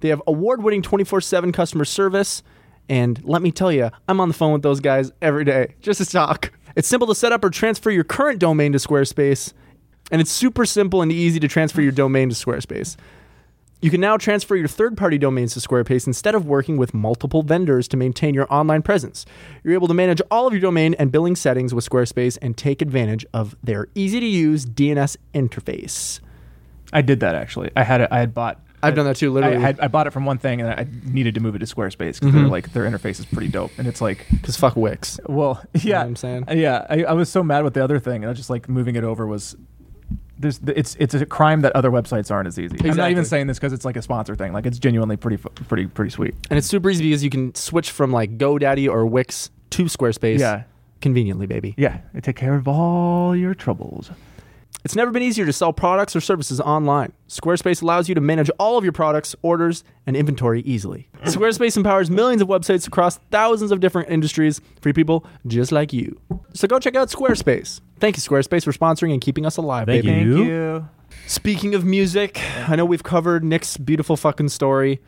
They have award winning 24 7 customer service. And let me tell you, I'm on the phone with those guys every day just to talk. It's simple to set up or transfer your current domain to Squarespace. And it's super simple and easy to transfer your domain to Squarespace. You can now transfer your third party domains to Squarespace instead of working with multiple vendors to maintain your online presence. You're able to manage all of your domain and billing settings with Squarespace and take advantage of their easy to use DNS interface.
I did that actually. I had it. I had bought.
I've done that too, literally. Mm-hmm.
I, had, I bought it from one thing, and I needed to move it to Squarespace because they're like their interface is pretty dope, and it's like,
Because fuck Wix.
well, yeah,
what I'm saying?
yeah. I, I was so mad with the other thing, and I was just like moving it over was. There's, it's it's a crime that other websites aren't as easy. I'm not
Exactly.
even saying this because it's like a sponsor thing. Like it's genuinely pretty fu- pretty pretty sweet.
And it's super easy because you can switch from like GoDaddy or Wix to Squarespace
Yeah,
conveniently, baby.
yeah. They take care of all your troubles.
It's never been easier to sell products or services online. Squarespace allows you to manage all of your products, orders, and inventory easily. Squarespace empowers millions of websites across thousands of different industries for people just like you. So go check out Squarespace. Thank you, Squarespace, for sponsoring and keeping us alive,
Thank
baby.
you.
Thank you.
Speaking of music, I know we've covered Nick's beautiful fucking story.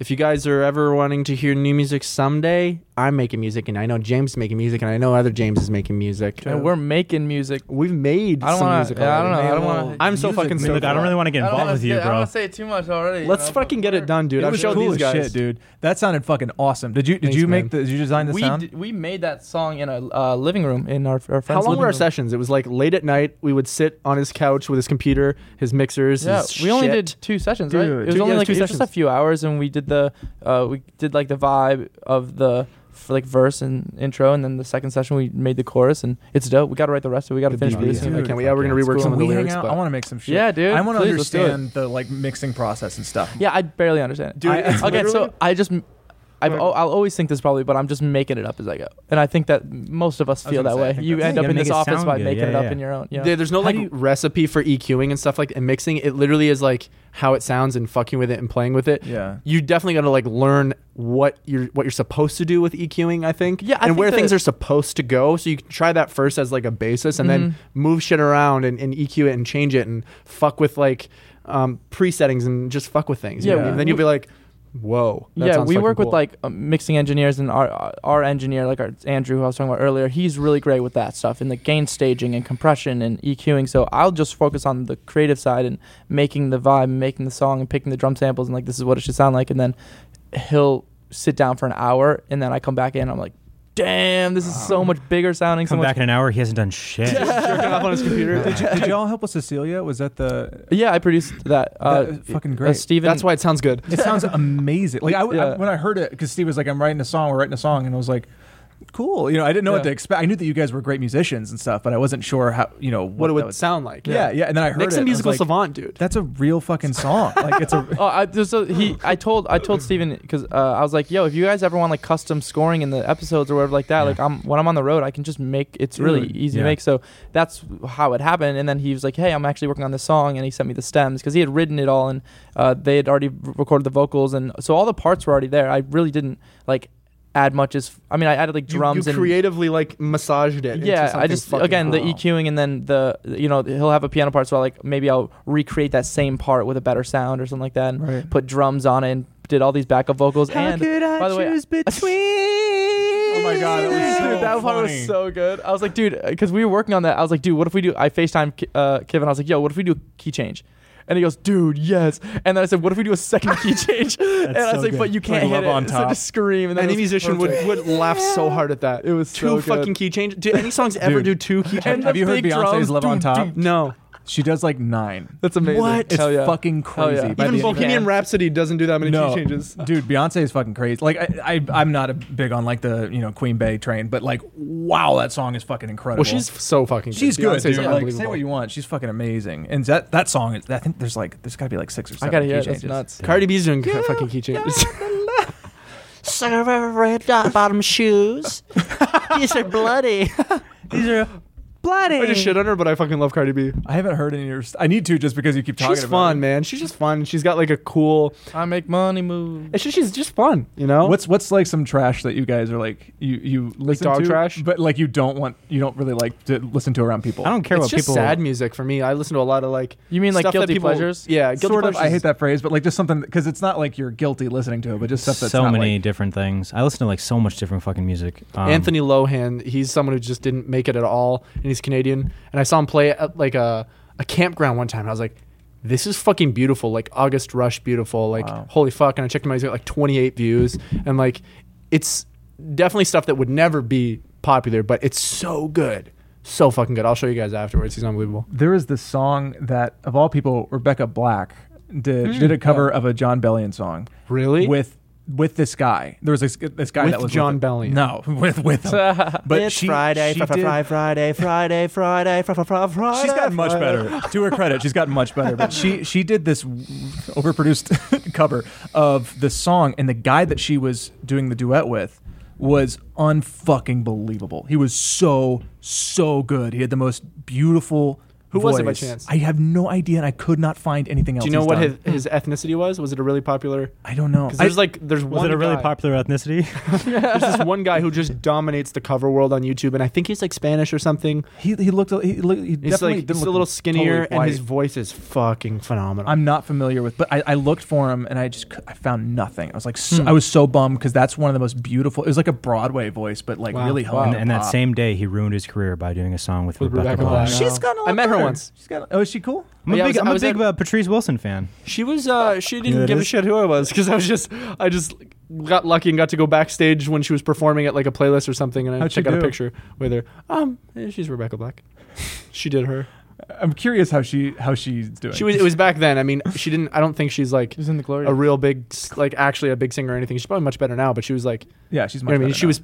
If you guys are ever wanting to hear new music someday, I'm making music, and I know James is making music, and I know other James is making music.
man, we're making music.
We've made
I don't
some
want
music
to. Yeah, I don't know.
already.
I don't
Well,
want to.
I'm so
Music,
fucking
man.
stoked
Look, I don't really want to get involved with you,
I don't
bro.
want to say too much already.
Let's fucking get it done, dude.
It
I've
was
showed
cool
these
as
guys.
shit, dude. That sounded fucking awesome. Did you did
Thanks,
you make
man.
the did you design the
we
sound?
d- we made that song in a uh, living room in our, our friend's
How long
living
were our
room.
sessions? It was like late at night. We would sit on his couch with his computer, his mixers.
Yeah,
his
we only
shit.
did two sessions, right?
Dude.
It was
Two-
only
yeah,
like
two
it was just a
sessions.
few hours, and we did the uh, we did like the vibe of the for like verse and intro, and then the second session we made the chorus, and it's dope. We got to write the rest of it. We got to
The
finish
beat,
producing.
yeah.
it.
Okay, we- yeah, we're gonna rework
cool.
some of the
we hang
lyrics,
out?
but-
I want to make some shit.
Yeah, dude.
I want to
Please, let's do it.
understand the like mixing process and stuff.
Yeah, I barely understand it.
Dude,
I-
it's
okay,
literally-
so I just. I've, oh, I'll always think this probably, but I'm just making it up as I go, and I think that most of us
I was
feel that
gonna say, I
way.
think
You
that's-
end
Yeah,
up
you
in
gotta
this
make it
office
sound
by
good.
making
Yeah,
it up
yeah.
in your own. Yeah.
There- there's no
How
like
do you-
recipe for EQing and stuff like and mixing. It literally is like how it sounds and fucking with it and playing with it.
Yeah.
You definitely got to like learn what you're what you're supposed to do with EQing. I think.
Yeah, I
and
think
where
that-
things are supposed to go. So you can try that first as like a basis, and then move shit around and, and EQ it and change it and fuck with like um, presettings and just fuck with things. You
Yeah,
know what I mean?
we-
then you'll be like, whoa. that
yeah,
sounds
we
fucking
work
cool.
with like um, mixing engineers and our uh, our engineer, like our Andrew, who I was talking about earlier. He's really great with that stuff and the gain staging and compression and EQing. So I'll just focus on the creative side and making the vibe, and making the song, and picking the drum samples and like this is what it should sound like. And then he'll sit down for an hour, and then I come back in. I'm like, damn, this is so much bigger sounding.
Come
so
back
much.
in an hour. He hasn't done shit.
jerking off on his computer.
Did, you, did y'all help with Cecilia? Was that the?
Yeah, I produced that. Uh,
That is fucking
uh,
great.
Steven,
That's why it sounds good.
It sounds amazing. Like I, I-
Yeah.
when I heard it, because Steve was like, "I'm writing a song. We're writing a song," and I was like, "Cool." You know, I didn't know
Yeah.
what to expect. I knew that you guys were great musicians and stuff, but I wasn't sure how you know
What it
that
would
was-
sound like.
Yeah, yeah. And then I heard
Nick's
it,
a
and I was
musical
like,
savant, dude.
That's a real fucking song. Like it's a.
Oh, I, there's a, he. I told I told Steven because uh, I was like, "Yo, if you guys ever want like custom scoring in the episodes or whatever like that,
Yeah.
like I'm when I'm on the road, I can just make. It's really
Dude,
easy
yeah.
to make. So that's how it happened. And then he was like, "Hey, I'm actually working on this song," and he sent me the stems because he had written it all and uh, they had already r- recorded the vocals and so all the parts were already there. I really didn't like add much as I mean, I added like
You-
drums
you,
and
creatively like massaged it. into
yeah, I
something
just
fucking
again the
cool.
EQing and then the you know he'll have a piano part, so I like maybe I'll recreate that same part with a better sound or something like that, and
Right.
put drums on it and did all these backup vocals. and by the way,
between
Oh my god, that was so
dude, that part
funny.
was so good. I was like, dude, because we were working on that. I was like, dude, what if we do? I Facetime Ki- uh, Kevin. I was like, yo, what if we do a key change? And he goes, dude, yes. And then I said, what if we do a second key change? and I was
so
like, but
good.
you can't
Like
hit
love
it.
on
So
top.
just scream. And then
Any
it was
musician would,
perfect.
would laugh so hard at that.
It was
two
so good.
fucking key changes. Do any songs ever
Dude.
do two key changes?
And
Have
the
you heard
big
Beyonce's
drums,
Love on
doo,
Top?
doo.
No,
She does like nine.
That's amazing.
What? It's
Hell yeah.
fucking
Hell yeah.
crazy.
even
By the end of the
Bohemian
band-
Rhapsody doesn't do that many
no,
key changes.
dude, Beyonce is fucking crazy. Like, I, I, I'm not a big on like the you know Queen Bay train, but like, wow, that song is fucking incredible.
Well, she's so fucking.
she's
good.
good.
Beyonce's
Dude. Like, say
unbelievable.
what you want, she's fucking amazing. And that that song, is, I think there's like there's got to be like six or seven.
I gotta
key
hear it. That's
changes.
nuts.
Cardi B's doing fucking key changes.
Sucker of red dot bottom shoes. These are bloody.
These are
I just shit on her, but I fucking love Cardi B.
I haven't heard any of your. St- I need to just because you keep talking
She's
about
fun,
it.
man. She's just fun. She's got like a cool.
I make money move.
It's just she's just fun, you know.
What's what's like some trash that you guys are like you you listen
dog
to,
trash?
but like you don't want you don't really like to listen to around people.
I don't care
it's
what
just
people.
sad music for me. I listen to a lot of like
You mean like
stuff that
guilty
people-
pleasures?
Yeah, guilty
sort of. I
pleasures.
hate that phrase, but like just something because it's not like you're guilty listening to it, but just stuff that's
so
not,
many
like-
different things. I listen to like so much different fucking music. Um,
Anthony Lohan, he's someone who just didn't make it at all, and he's Canadian. And I saw him play at like a, a campground one time. And I was like, this is fucking beautiful, like August Rush beautiful, like
Wow.
holy fuck. And I checked him out, he's got like 28 views, and like it's definitely stuff that would never be popular, but it's so good, so fucking good. I'll show you guys afterwards. He's unbelievable.
there was this song that of all people rebecca black did
Hmm,
did a cover of a john bellion song
Really?
with with this guy there was this, this guy
With
that was
John
with
Bellion.
no with with him. but
it's
she,
Friday,
she
fr- fr-
did-
fr- Friday, Friday, Friday, fr- fr- fr- Friday.
She's gotten much better. to her credit, she's gotten much better. But she she did this overproduced cover of the song, and the guy that she was doing the duet with was unfucking believable. He was so so good. He had the most beautiful.
Who was it by
voice.
chance?
I have no idea, and I could not find anything else.
Do you know
he's
what
done.
his, his ethnicity was? Was it a really popular?
I don't know.
Because
Hmm. I-
there's like there's
Was
one
it a really
guy-
popular ethnicity?
There's this one guy who just dominates the cover world on YouTube, and I think he's like Spanish or something.
he he looked he, looked, he
He's
definitely
like
didn't
he's
look
a little
totally
skinnier, and
white.
his voice is fucking phenomenal.
I'm not familiar with, but I, I looked for him and I just cou- I found nothing. I was like,
Hmm.
so, I was so bummed because that's one of the most beautiful. It was like a Broadway voice, but like
Wow.
really
Wow.
honed.
and, and that same day, he ruined his career by doing a song with,
With
Rebecca,
Rebecca
Black.
Black.
she's got.
I met her once.
She's got. Oh, is she cool?
I'm a
Yeah, I
big,
was- I
I'm a
was
big
at-
uh, Patrice Wilson fan.
She was uh she
know
didn't
who
give
it
a
is?
shit who I was because I was just I just got lucky and got to go backstage when she was performing at like a playlist or something, and I
How'd she
check out a
do?
picture with her. Um, eh, she's Rebecca Black. She did her.
I'm curious how she how she's doing.
She was. It was back then. I mean, she didn't. I don't think she's like
She's in the glory.
a real big, s- like actually a big singer or anything. She's probably much better now, but she was like,
yeah, she's.
you
Much
know what I mean,
better
she
now.
was.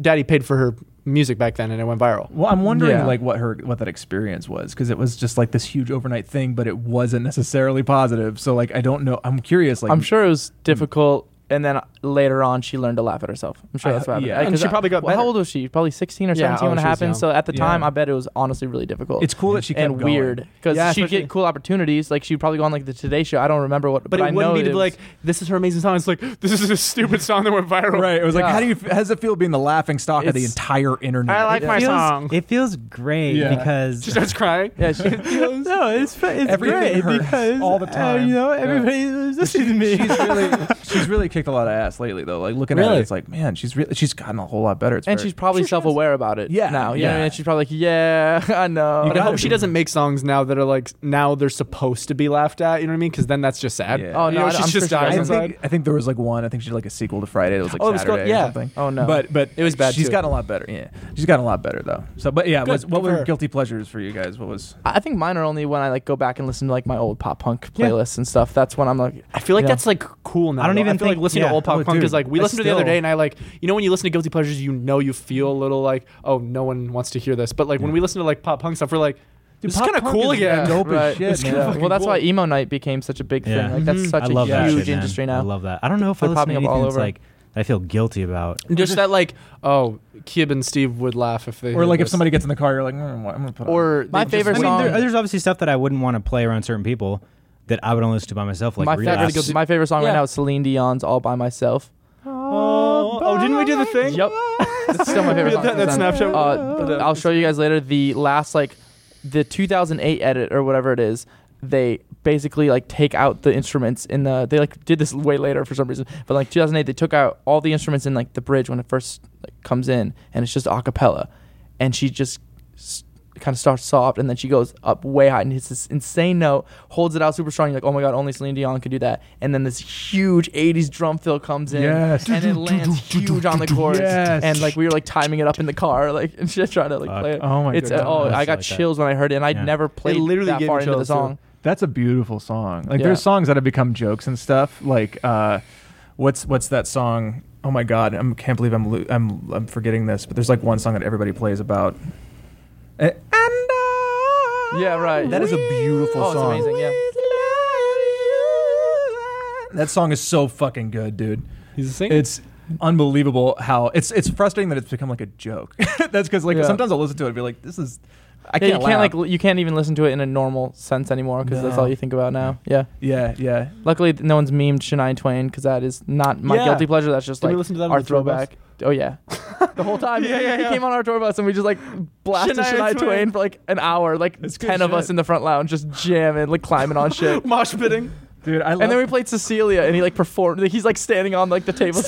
Daddy paid for her music back then, and it went viral.
Well, I'm wondering
Yeah.
like what her what that experience was because it was just like this huge overnight thing, but it wasn't necessarily positive. So like I don't know. I'm curious. Like
I'm sure it was difficult. And then later on, she learned to laugh at herself. I'm sure
I-
that's what happened.
yeah.
I-
And
'cause
she
I-
probably got
well,
better.
How old was she? Probably 16 or
Yeah,
17 when
oh,
it
she was
happened.
young.
So at the time,
Yeah.
I bet it was honestly really difficult.
it's cool that she kept
and weird
going.
because
Yeah,
she'd
especially-
get cool opportunities. Like she'd probably go on like the Today Show. I don't remember what, but,
But,
I
it wouldn't
know
be to
it
be
was-
like, this is her amazing song. It's like, this is a stupid song that went viral.
Right. It was like
Yeah.
how do you how does it feel being the laughing stock of the
It's-
entire internet?
it feels, It feels great
Yeah.
because
She starts crying.
yeah, she,
no, it's fe- it's
Everything
great
hurts
because
all the
uh,
time.
you know,
Yeah.
everybody listening to me.
she's really she's really kicked a lot of ass lately though. Like looking at
Really?
it, it's like man, she's really she's gotten a whole lot better. It's
and
very-
she's probably self-aware about it.
Yeah,
now you know, what I
yeah.
mean? and she's probably like, yeah, I know.
You
But I
gotta
hope Oh, she
be.
doesn't make songs now that are like, now they're supposed to be laughed at. You know what I mean? Because then that's just sad.
Yeah.
Oh,
You
no,
know,
I-
she's
I'm
just
sure she
dying
I
doesn't.
inside.
think, I think there was like one. I think she did like a sequel to Friday. It was like
Oh, it was
Saturday
called- yeah.
or something.
Oh, no.
But but
It was bad,
She's
too.
gotten a lot better. Yeah, she's gotten a lot better though. So but yeah, was, what
good for
were
her.
guilty pleasures for you guys? What was
I think mine are only when I like go back and listen to like my old pop punk
Yeah.
playlists and stuff. That's when I'm like,
I feel like
Yeah.
that's like cool now.
I don't
though.
even
I feel
think-
like listening
yeah.
to old pop
Oh,
punk
dude,
is like we
I
listened to the other
still-
day, and I like you know when you listen to Guilty Pleasures, you know you feel a little like oh no one wants to hear this, but like when we listen to like pop punk stuff, we're like this is
pop
kind of
punk
cool
is
again.
dope as
Right.
shit,
It's
man.
kinda
Yeah.
fucking well, that's why
E-
emo night became such a big
Yeah.
thing. Like that's
Mhm.
such
I
a
love that
huge
shit, man.
industry
I
now.
love that. I don't know if I
They're
listen to
popping up all
anything that's
over.
like that I feel guilty about.
Just that like oh Kib and Steve would laugh if they
or
heard
like if
this.
somebody gets in the car, you're like, mm, what- I'm gonna put. on.
or they
My
just-
favorite
I mean, there,
song-
there's obviously stuff that I wouldn't want to play around certain people that I would only listen to by myself. Like
my favorite,
relapse.
guilty- my favorite song
Yeah.
right now is Celine Dion's "All by Myself."
Mm-hmm.
Oh, oh, didn't we do the thing?
Yep, it's still my favorite
Yeah,
song.
that, that
It's on-
Snapchat.
Uh, th- I'll show you guys later the last like the 2008 edit or whatever it is. They basically like take out the instruments in the they like did this way later for some reason but like 2008 they took out all the instruments in like the bridge when it first like, comes in and it's just a cappella and she just s- kind of starts soft and then she goes up way high and hits this insane note holds it out super strong you're like oh my god only Celine Dion could do that and then this huge 80s drum fill comes in
Yes.
and it lands huge on the chorus
Yes.
and like we were like timing it up in the car like and just trying to like
Fuck.
play it
Oh my
it's
God.
oh
That's
I got
like that.
chills when I heard it and I'd
Yeah.
never played
literally
that
gave me
far into the
chills, too.
song
That's a beautiful song. Like
Yeah.
there's songs that have become jokes and stuff. Like uh, what's what's that song? Oh my god, I am can't believe I'm lo- I'm I'm forgetting this. But there's like one song that everybody plays about. Eh, And I
Yeah, right.
That is a beautiful
Oh, it's
song.
amazing, yeah.
That song is so fucking good, dude.
He's a singer.
It's unbelievable how it's it's frustrating that it's become like a joke. That's because like
Yeah.
sometimes I'll listen to it and be like, this is
Yeah,
I can't,
you can't
laugh.
like l- you can't even listen to it in a normal sense anymore because that's
No.
all you think about now. Yeah.
yeah yeah
Luckily, th- no one's memed Shania Twain because that is not my
Yeah.
guilty pleasure. That's just
Did we
like
listen to that on
our
the tour bus?
throwback. Oh yeah, the whole time.
Yeah, yeah, yeah.
He came on our tour bus and we just like blasted
Shania
Shania, Twain.
Twain.
for like an hour, like
That's good
ten of
shit.
us in the front lounge just jamming, like climbing on shit.
mosh pitting.
dude. I love
And then we played Cecilia, and he like performed. He's like standing on like the table.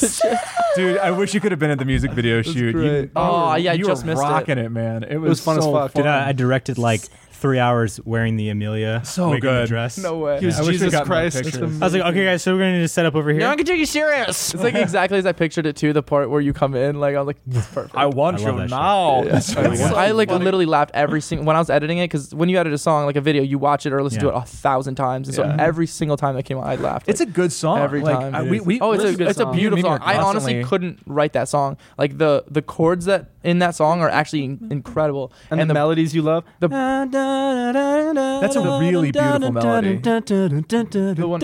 Dude, I wish you could have been at the music video shoot. You,
great.
Oh,
you
yeah, I
you
just
were
missed it.
rocking it. man. It was,
was fun as
so
fuck.
Fun.
Dude, I, I directed like three hours wearing the Amelia
So
wig and the
good.
dress.
no way.
He was
I wish we
Jesus
got more
Christ.
pictures.
That's
I was like, okay, guys, so we're gonna need to set up over here.
No one can take you serious.
It's like exactly as I pictured it too. The part where you come in, like I'm like, this is perfect.
I want
I love
you
that
now.
So I like literally laughed every single when I was editing it because when you edit a song like a video, you watch it or listen
Yeah.
to it a thousand times, and so
Yeah.
every single time that came out, I laughed.
It's a
like,
good song.
every
Like,
time.
I-
It
we,
is.
we,
oh, it's
listen to
a
this
it's a
song.
beautiful
Me and
song.
Megan are
I honestly
constantly-
couldn't write that song. Like the the chords that in that song are actually in- incredible,
And, the, melodies you love.
the-
That's
That's
a really beautiful melody.
The
one-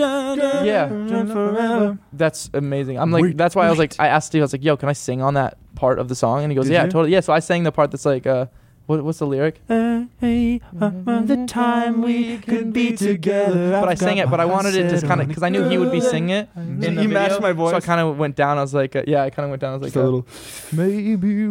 Yeah. that's amazing. I'm like
Wait,
that's why I was like I asked Steve. I was like, Yo, can I sing on that part of the song? And he goes,
Did
Yeah,
you?
totally. Yeah. So I sang the part that's like, uh, what, what's the lyric?
The time we could be together.
but I sang it, but I wanted it to kind of because I knew he would be singing it. In the
You
video,
matched my voice.
so I kind of went down. I was like, uh, yeah, I kind of went down. I was like,
Just a
uh,
little. Maybe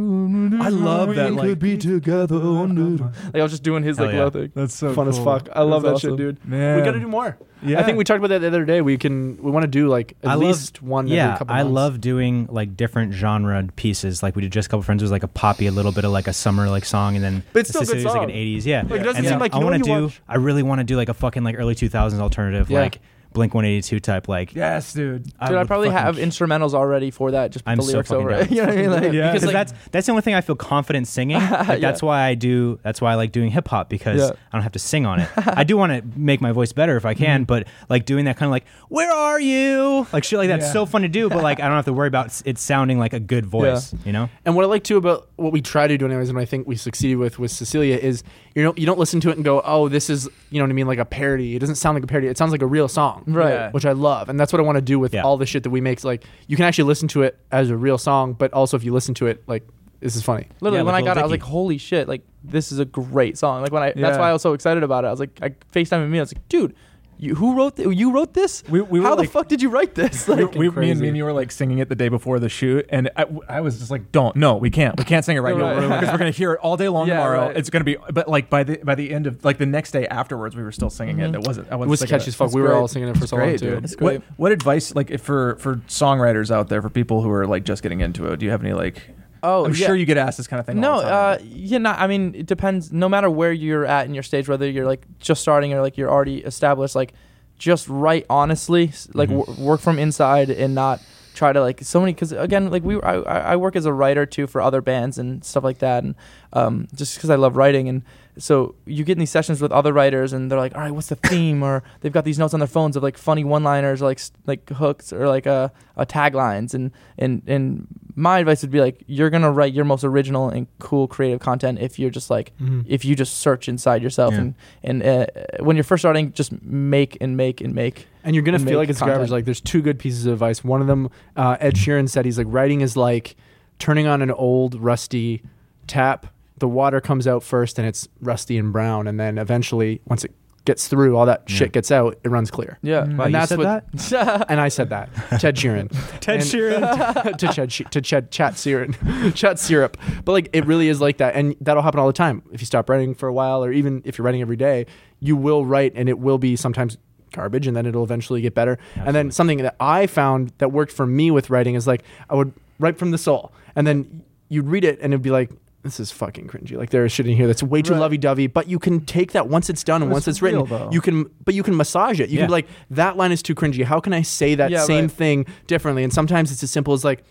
I love that,
We
like-
could be together. one day.
like I was just doing his
Hell
Oh,
like
yeah.
low thing.
That's so
Fun as
cool.
fuck. I love that
That's
shit,
awesome.
dude.
Man.
We gotta do more.
Yeah.
I think we talked about that the other day. We can. We want to do like at
I love-
least one. every
Yeah,
couple
I
months.
love doing like different genre pieces. Like we did just a couple friends it was like a poppy, a little bit of like a summer like song, and then
But it's still a good
Sicily was, like an
song.
eighties. Yeah,
Like, it doesn't
and
seem
then
like-
I
you know
wanna
when you
do.
watch-
I really want to do like a fucking like early two thousands alternative,
Yeah.
like Blink one eighty two type. Like,
Yes, dude.
Dude, I,
would
probably
fucking
have
kill-
instrumentals already for that. Just put
I'm
the
so
lyrics
fucking
over
down.
it. you know what I mean? Like, Because
Yeah.
because
like,
that's that's the only thing I feel confident singing. Like, That's why I do. That's why I like doing hip hop because
Yeah.
I don't have to sing on it. I do want to make my voice better if I
Mm-hmm.
can, but like doing that kind of like "Where are you?" like shit like that's
Yeah.
so fun to do. But like I don't have to worry about s- it sounding like a good voice. You know,
And what I like too about what we try to do, anyways, and I think we succeeded with with Cecilia is you know you don't listen to it and go, oh, this is you know what I mean, like a parody. It doesn't sound like a parody. It sounds like a real song,
Right.
Yeah.
Which I love, and that's what I want to do with
Yeah.
all the shit that we make. Like you can actually listen to it as a real song, but also if you listen to it, like this is funny.
literally
Yeah,
when
like
I got it, I
Lil
was like,
Dicky.
holy shit! Like this is a great song. Like when I
Yeah.
that's why I was so excited about it. I was like, I Facetime me. I was like, dude. You, who wrote th- you wrote this?
We- we were,
How the
like-
fuck did you write this? Like,
we, we, me and me and you were like singing it the day before the shoot, and I, I was just like, "Don't, no, we can't, we can't sing it right
Right.
now because we're gonna hear it all day long
Yeah,
tomorrow.
right.
It's gonna be, but like by the by the end of like the next day afterwards, we were still singing it. It wasn't, I
It
wasn't
was
singing
catchy as fuck. We were
great.
all singing it for so long
Great,
too.
dude.
great.
What, what advice like if for for songwriters out there for people who are like just getting into it? Do you have any like?
oh,
I'm
yeah.
sure you get asked this kind of thing.
No,
all the time.
uh, yeah, no. I mean, it depends. No matter where you're at in your stage, whether you're like just starting or like you're already established, like just write honestly. s- Like
Mm-hmm.
w- work from inside and not try to like so many. Because again, like we, I, I I work as a writer too for other bands and stuff like that, and um, just because I love writing and so you get in these sessions with other writers and they're like, all right, what's the theme? or they've got these notes on their phones of like funny one-liners, or like s- like hooks or like uh, uh taglines. And and and my advice would be like, you're gonna write your most original and cool creative content if you're just like if you just search inside yourself
Yeah.
and and uh, when you're first starting, just make and make and make.
And you're gonna
and
feel
make
like it's
content.
garbage. Like there's two good pieces of advice. One of them, uh, Ed Sheeran said he's like writing is like turning on an old rusty tap. The water comes out first, and it's rusty and brown, and then eventually, once it gets through, all that shit gets out. It runs clear.
Yeah,
Mm.
Wow, you
and that's
said
what.
that?
And I said that. Ted Sheeran.
Ted
And-
Sheeran.
to Chad, Sh- to Chad, Chat Sheeran, Chat Syrup. But like, it really is like that, and that'll happen all the time. If you stop writing for a while, or even if you're writing every day, you will write, and it will be sometimes garbage and then it'll eventually get better. And then something that I found that worked for me with writing is like I would write from the soul and then you'd read it and it'd be like this is fucking cringy. Like there is shit in here that's way too
Right.
lovey-dovey, but you can take that once it's done and
But
once
it's
it's written,
real, though.
you can but you can massage it. You
Yeah.
can be like that line is too cringy. How can I say that
Yeah,
same
right.
thing differently? And sometimes it's as simple as like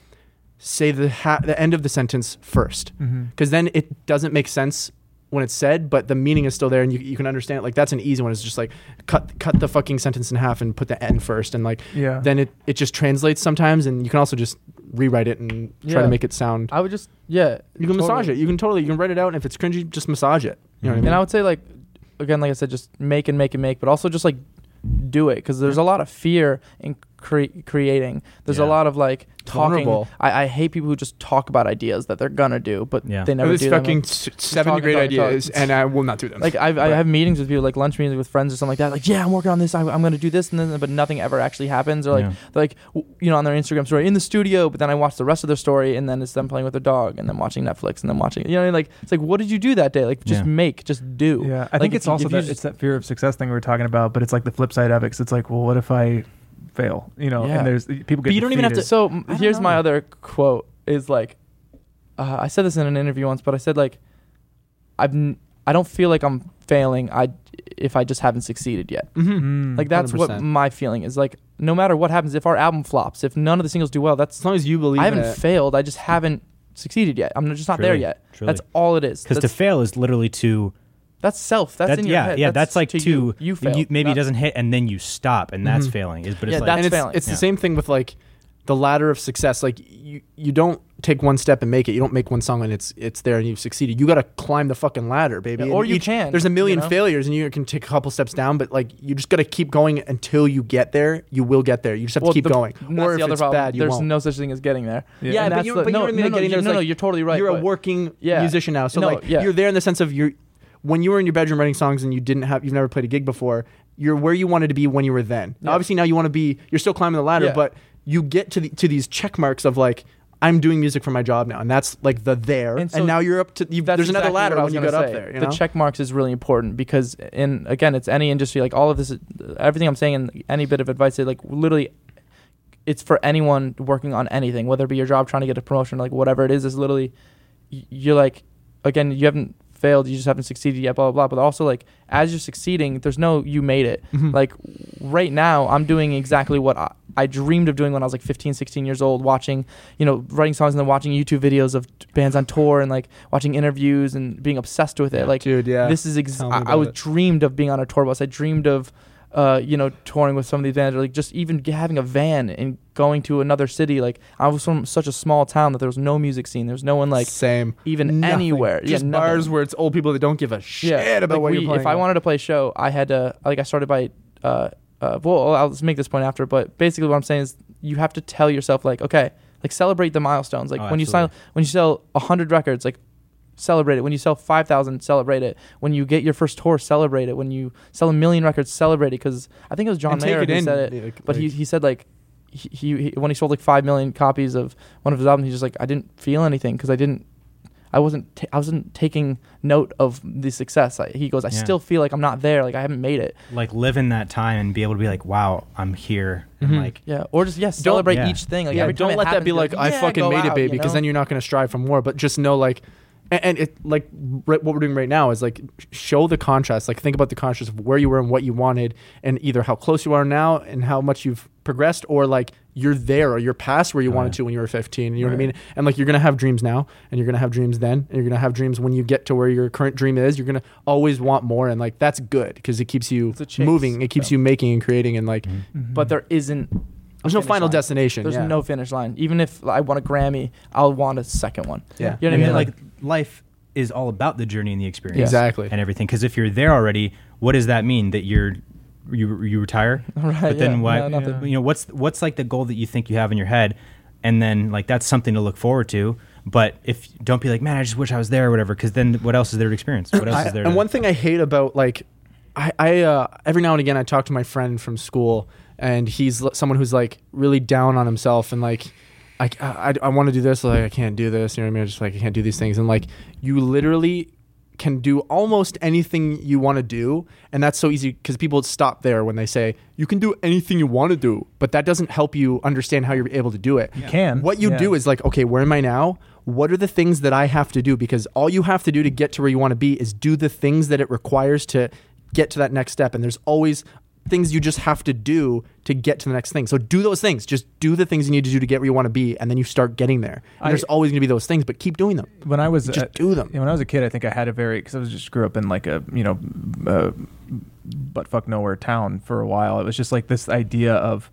say the ha- the end of the sentence first
Mm.
Mm-hmm.
because then it doesn't make sense when it's said but the meaning is still there and you, you can understand it like that's an easy one it's just like cut cut the fucking sentence in half and put the end first and like
Yeah.
then it, it just translates sometimes and you can also just rewrite it and try
Yeah.
to make it sound
I would just yeah.
you can massage
totally.
it you can totally you can write it out and if it's cringy just massage it you know what i mean
And I would say like again, like I said, just make and make and make, but also just like do it because there's a lot of fear in cre- creating. There's
Yeah.
a lot of like talking.
Vulnerable.
I, I hate people who just talk about ideas that they're gonna do, but
Yeah.
they never do them. Like-
seven
talk,
great
talk,
ideas
talk.
and i will not do them
Like I've, I have meetings with people, like lunch meetings with friends or something like that. Like, yeah, I'm working on this. I'm, I'm gonna do this, and then but nothing ever actually happens. Or like,
Yeah.
they're like w- you know, on their Instagram story in the studio, but then I watch the rest of their story, and then it's them playing with their dog, and then watching Netflix, and then watching. You know, what I mean? like it's like, what did you do that day? Like, just
Yeah.
make, just do.
Yeah, I
Like,
think
if
it's
you-
also
if you
that,
just-
it's that fear of success thing we were talking about, but it's like the flip side of it. 'cause it's like, well, what if I fail? You know,
Yeah.
and there's people get.
you don't even have to-
defeated.
So m-
I don't
here's my
know.
other quote: is like, uh, I said this in an interview once, but I said like, I've n- I don't feel like I'm failing. I if I just haven't succeeded yet.
Mm.
Like that's what
100%.
my feeling is. Like no matter what happens, if our album flops, if none of the singles do well, that's
as long as you believe
I haven't
in it.
failed. I just haven't succeeded yet. I'm just not there
Truly,
yet.
truly.
That's all it is.
Because to
That's,
fail is literally to
that's self. That's,
that-
in your
yeah
head.
yeah that's, like
to
to
you. You failed.
maybe
Not- Mm-hmm.
it doesn't hit and then you stop and that's
Mhm.
failing is but it's
Yeah,
like
that's
and it's,
failing.
it's
Yeah.
the same thing with like the ladder of success like you you don't take one step and make it you don't make one song and it's it's there and you've succeeded you got to climb the fucking ladder baby
Yeah,
And
or you
each-
can,
there's a
you
million
know?
failures and you can take a couple steps down but like you just got to keep going until you get there you will get there you just have
Well,
to keep
the-
going
and that's
or
the
if
other
it's
problem.
bad you
There's
won't
no such thing as getting there.
Yeah.
Yeah,
And
but
that's
you-
the-
but you
no,
don't really
no, no,
getting
you-
there is
no, no,
like-
you're totally right.
you're a
but-
working
Yeah.
musician now so
No,
like
yeah.
you're there in the sense of you're when you were in your bedroom writing songs and you didn't have you've never played a gig before you're where you wanted to be when you were then Now,
Yeah.
obviously now you want to be you're still climbing the ladder
Yeah.
but you get to the, to these check marks of like I'm doing music for my job now, and that's like the there. And,
And so
now you're up to you've,
That's
there's another
exactly
ladder
what I
when
was
you
gonna
got up
say.
there. You
the
know?
check marks is really important because, in again, it's any industry. Like all of this, everything I'm saying, and any bit of advice, it, like literally, it's for anyone working on anything, whether it be your job, trying to get a promotion, like whatever it is, is literally, y- you're like, again, you haven't failed, you just haven't succeeded yet, blah blah blah. But also, like as you're succeeding, there's no you made it.
Mm-hmm.
Like right now, I'm doing exactly what I, I dreamed of doing when I was like 15, 16 years old, watching, you know, writing songs and then watching YouTube videos of t- bands on tour and like watching interviews and being obsessed with it. Like
dude, yeah.
this is ex-
Tell me
I, I
about
was
it.
dreamed of being on a tour bus. I dreamed of, uh, you know, touring with some of these bands, or like just even g- having a van and going to another city. Like I was from such a small town that there was no music scene. There was no one like
same
even
Nothing.
anywhere.
Just
yeah, nothing.
bars where it's old people that don't give a shit about
like
what
we-
you're playing.
If I wanted to play a show, I had to like I started by uh, uh well I'll just make this point after, but basically what I'm saying is you have to tell yourself like okay, like celebrate the milestones. Like
Oh,
when you sign when you sell 100 records, like celebrate it. When you sell 5,000, celebrate it. When you get your first tour, celebrate it. When you sell a million records, celebrate it cuz I think it was John
And take
Mayer
it
who
in,
said it
yeah, like-
but he, he said like he, he he- when he sold like five million copies of one of his albums, he's just like I didn't feel anything because I didn't I wasn't t- I wasn't taking note of the success. I, he goes I
Yeah.
still feel like I'm not there like I haven't made it.
like live in that time and be able to be like wow i'm here
Mm-hmm.
and like
Yeah, or just yeah celebrate
yeah.
each thing. Like
yeah,
every time
don't
it
let that
happens,
be
you're
like, I
"Yeah,
fucking
go
made it,
out,"
baby,
you
because
know?
then you're not going to strive for more. But just know, like, and, and it like right, what we're doing right now is like sh- show the contrast. Like, think about the contrast of where you were and what you wanted, and either how close you are now and how much you've progressed, or like you're there or you're past where you wanted to when you were 15. You know what I mean? And like, you're going to have dreams now, and you're going to have dreams then, and you're going to have dreams when you get to where your current dream is. You're going to always want more, and like that's good because it keeps you
It's a chase, Mm-hmm.
moving, it keeps you making and creating, and like
but there isn't.
there's no
finish
final
line.
destination.
There's
yeah.
no finish line. Even if I want a Grammy, I'll want a second one.
Yeah.
you know
and
what I
then, like
mean.
life is all about the journey and the experience
Yeah.
Exactly.
and everything because if you're there already what does that mean that you're you you retire
Right,
but then
yeah.
what
No, nothing.
you know what's what's like the goal that you think you have in your head and then like that's something to look forward to but if don't be like man i just wish i was there or whatever because then what else is there to experience what else
I-
is there
and
to,
one thing I hate about like, I, I uh, every now and again I talk to my friend from school, and he's l- someone who's like really down on himself and like. I, I, I want to do this, like I can't do this. You know what I mean? I just like I can't do these things, and like you literally can do almost anything you want to do. And that's so easy because people stop there when they say, you can do anything you want to do, but that doesn't help you understand how you're able to do it. You
can,
What you
yeah.
do is like, okay, where am I now? What are the things that I have to do? Because all you have to do to get to where you want to be is do the things that it requires to get to that next step. And there's always things you just have to do to get to the next thing. So do those things. Just do the things you need to do to get where you want to be, and then you start getting there. And
I-
there's always going to be those things, but keep doing them.
when I was
Just
uh,
do them.
yeah, When I was a kid, I think I had a very because I was just grew up in like a you know, uh, butt fuck nowhere town for a while. It was just like this idea of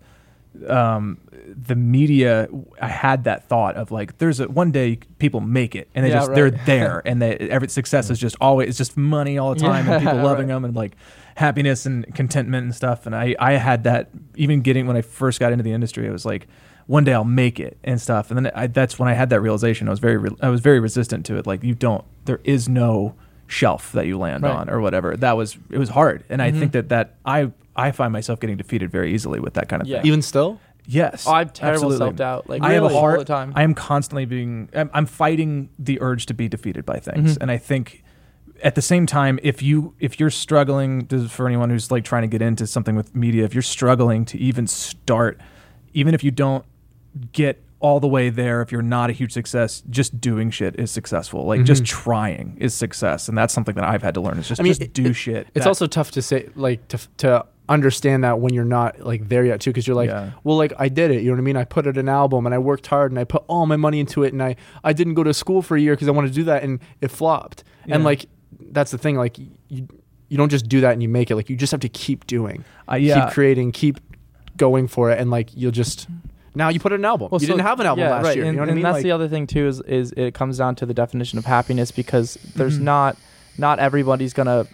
um, the media. I had that thought of like, there's a one day people make it and they
Yeah,
just
right.
they're there and they every success is just always it's just money all the time and people
Yeah,
loving
right.
them and like happiness and contentment and stuff. And I I had that even getting when I first got into the industry, it was like one day I'll make it and stuff. And then I, that's when I had that realization. I was very re- I was very resistant to it. Like you don't there is no shelf that you land
Right. Mm-hmm.
on or whatever. That was it was hard. And I think that that I I find myself getting defeated very easily with that kind of
Yeah.
thing.
Even still,
Yes,
Oh, I have terrible
absolutely.
self-doubt, like,
I have a
really, all
hard
the time.
I am constantly being. I'm, I'm fighting the urge to be defeated by things,
Mm-hmm.
and I think at the same time, if you if you're struggling, this is for anyone who's like trying to get into something with media, if you're struggling to even start, even if you don't get all the way there, if you're not a huge success, just doing shit is successful. Like just
Mm-hmm.
trying is success, and that's something that I've had to learn. Is just
I mean,
just
it-
do
it-
shit.
It's
That-
also tough to say, like, to, to understand that when you're not like there yet, too, because you're like,
Yeah.
well, like I did it. You know what I mean? I put out an album and I worked hard and I put all my money into it and I I didn't go to school for a year because I wanted to do that and it flopped. And
Yeah.
like that's the thing, like you you don't just do that and you make it. Like you just have to keep doing,
Uh, yeah.
keep creating, keep going for it, and like you'll just. Now you put out an album. you
so-
didn't have an album
yeah,
last
right,
year.
And,
you know what I
and
mean?
that's
Like-
the other thing too is is it comes down to the definition of happiness because there's
Mm-hmm.
not not everybody's gonna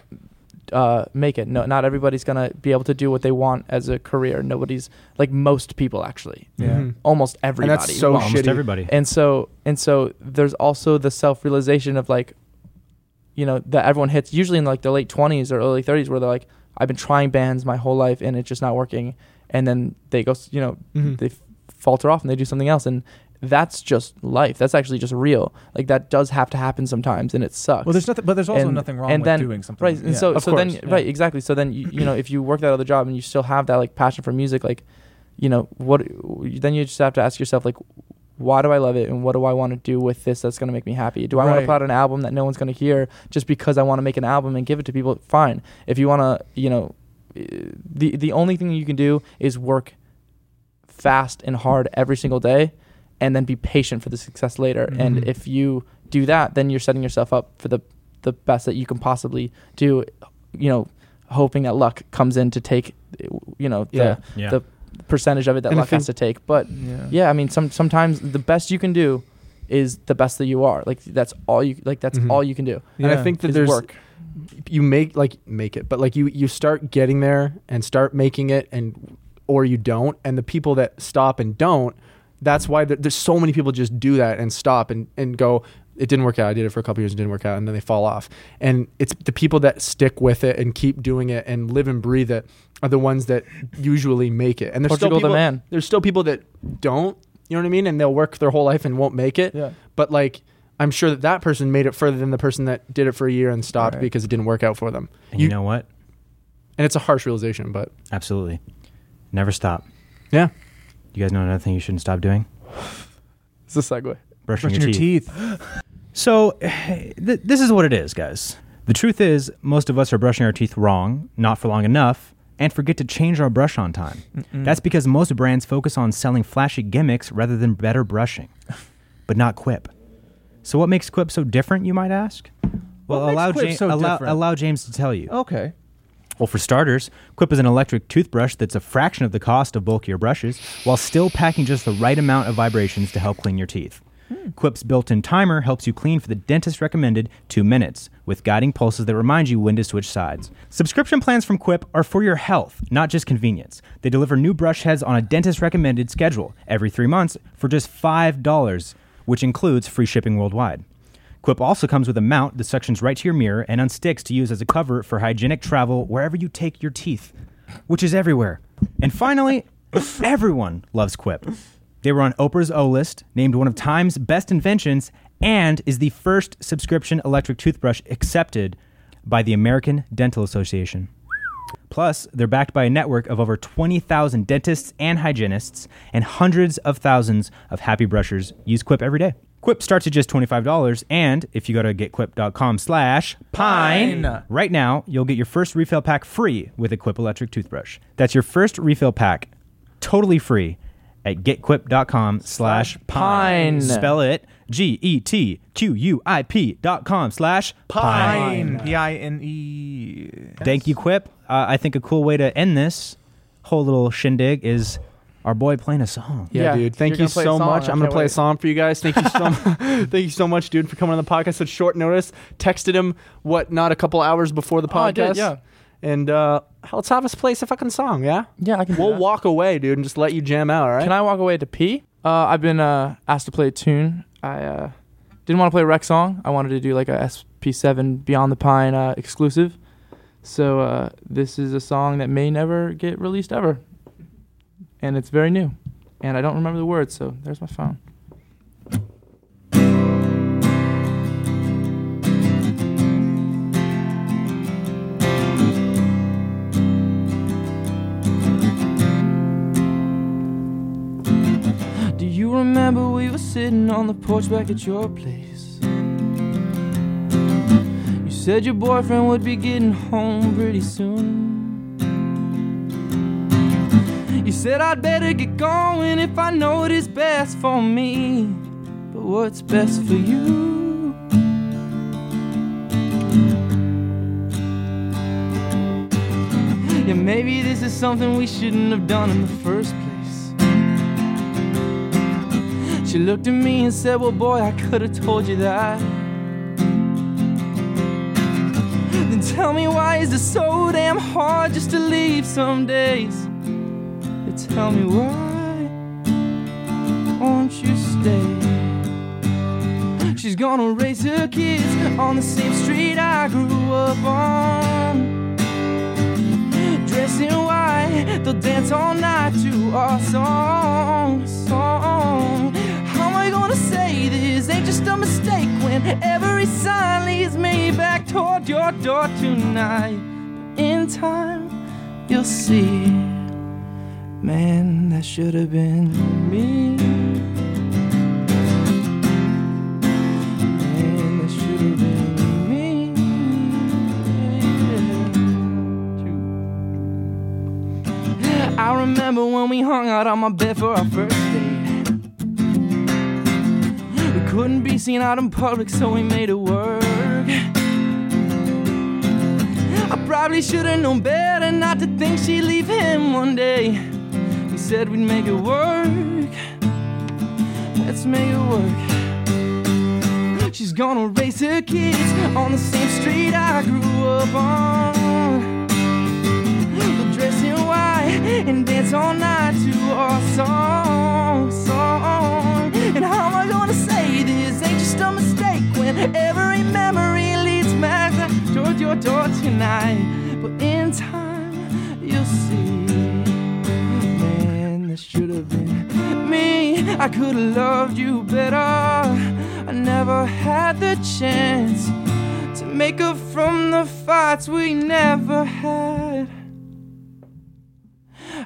uh, make it. No, not everybody's gonna be able to do what they want as a career. Nobody's like most people actually.
Yeah.
Mhm.
Almost everybody.
And that's so
Well, almost
shitty.
everybody.
and so and so there's also the self-realization of like you know that everyone hits usually in like their late 20s or early 30s where they're like i've been trying bands my whole life and it's just not working and then they go s- you know
Mm-hmm.
Mhm.
they f- falter off and they do something else and that's just life that's actually just real like that does have to happen sometimes and it sucks
well, there's nothing, but there's also
and-
nothing wrong
and
with
then-
doing something.
right and
Yeah.
so
Of
so
course,
then
yeah.
right exactly so then you, you know if you work that other job and you still have that like passion for music like you know what then you just have to ask yourself like why do I love it and what do I want to do with this that's going to make me happy? Do I want to
Right.
put out an album that no one's going to hear just because I want to make an album and give it to people? Fine. If you want to, you know, uh, the the only thing you can do is work fast and hard every single day and then be patient for the success later.
Mm-hmm.
And if you do that, then you're setting yourself up for the the best that you can possibly do, you know, hoping that luck comes in to take you know, the
Yeah.
Yeah.
the percentage of it that
And I
luck has to take. But
yeah.
yeah, I mean, some sometimes the best you can do is the best that you are. Like that's all you like. That's
Mhm.
all you can do.
And I think that
is
there's
work.
you make like make it, but like you you start getting there and start making it, and or you don't. And the people that stop and don't, that's why there, there's so many people just do that and stop and and go. It didn't work out. I did it for a couple years and didn't work out, and then they fall off. And it's the people that stick with it and keep doing it and live and breathe it are the ones that usually make it. And there's
Portugal
still people,
the man.
There's still people that don't. You know what I mean? And they'll work their whole life and won't make it
Yeah.
but like I'm sure that that person made it further than the person that did it for a year and stopped
Right.
because it didn't work out for them.
And you know what?
and it's a harsh realization, but
Absolutely. Never stop.
yeah,
You guys know another thing you shouldn't stop doing?
It's a segue.
Brushing,
brushing your teeth.
So, th- this is what it is, guys. The truth is, most of us are brushing our teeth wrong, not for long enough, and forget to change our brush on time. That's because most brands focus on selling flashy gimmicks rather than better brushing, but not Quip. So, what makes Quip so different, you might ask? Well,
What makes
allow,
Quip
Ja-
so
allow,
different?
allow James to tell you.
Okay.
Well, for starters, Quip is an electric toothbrush that's a fraction of the cost of bulkier brushes while still packing just the right amount of vibrations to help clean your teeth. Quip's built in timer helps you clean for the dentist recommended two minutes, with guiding pulses that remind you when to switch sides. Subscription plans from Quip are for your health, not just convenience. They deliver new brush heads on a dentist recommended schedule every three months for just $5, which includes free shipping worldwide. Quip also comes with a mount that suctions right to your mirror and unsticks to use as a cover for hygienic travel wherever you take your teeth, which is everywhere. And finally, everyone loves Quip. They were on Oprah's O list, named one of Time's best inventions, and is the first subscription electric toothbrush accepted by the American Dental Association. Plus, they're backed by a network of over 20,000 dentists and hygienists, and hundreds of thousands of happy brushers use Quip every day. Quip starts at just $25, and if you go to getquip.com slash pine, right now, you'll get your first refill pack free with a Quip electric toothbrush. That's your first refill pack, totally free, at getquip.com slash pine.
Pine.
Spell it E G-E-T-Q-U-I-P dot com slash pine.
P I N E.
Thank you, Quip. Uh, I think a cool way to end this whole little shindig is our boy playing a song.
Yeah,
Yeah,
dude. Thank
you're
you
gonna play a
so
song,
much.
I
I'm gonna
can't
play a
wait.
song for you guys. Thank you so thank you so much, dude, for coming on the podcast at short notice. Texted him what not a couple hours before the
Oh, I
podcast.
did, yeah.
And uh, let's have us play some fucking song, yeah?
Yeah, I can. do
We'll
that.
walk away, dude, and just let you jam out, all right?
Can I walk away to pee? Uh, I've been uh, asked to play a tune. I uh, didn't want to play a rec song. I wanted to do like a SP7 Beyond the Pine uh, exclusive. So uh, this is a song that may never get released ever, and it's very new, and I don't remember the words. So there's my phone. Do you remember we were sitting on the porch back at your place? You said your boyfriend would be getting home pretty soon. You said I'd better get going if I know what is best for me. But what's best for you? Yeah, maybe this is something we shouldn't have done in the first place. She looked at me and said, Well, boy, I could have told you that. Then tell me why is it so damn hard just to leave some days? And tell me why won't you stay? She's gonna raise her kids on the same street I grew up on. Dressed in white, they'll dance all night to our song. song. How am I gonna say this? Ain't just a mistake when every sign leads me back toward your door tonight. But in time, you'll see. Man, that should have been me. Man, that should have been me. Yeah. Two. I remember when we hung out on my bed for our first date. We couldn't be seen out in public, so we made it work. I probably should have known better not to think she'd leave him one day. He said we'd make it work. Let's make it work. She's gonna raise her kids on the same street I grew up on. We'll dress in white and dance all night to our song, song. And how am I gonna say this ain't just a mistake when every memory leads back toward your door tonight? But in time, you'll see. Man, this should have been me. I could have loved you better. I never had the chance to make up from the fights we never had.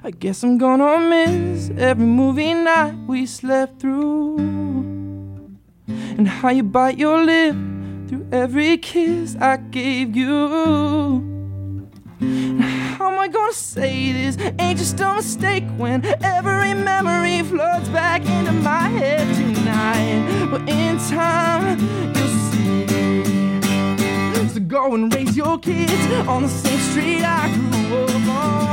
I guess I'm gonna miss every movie night we slept through. And how you bite your lip through every kiss I gave you. How am I gonna say this? Ain't just a mistake when every memory floods back into my head tonight. But in time, you'll see. So go and raise your kids on the same street I grew up on.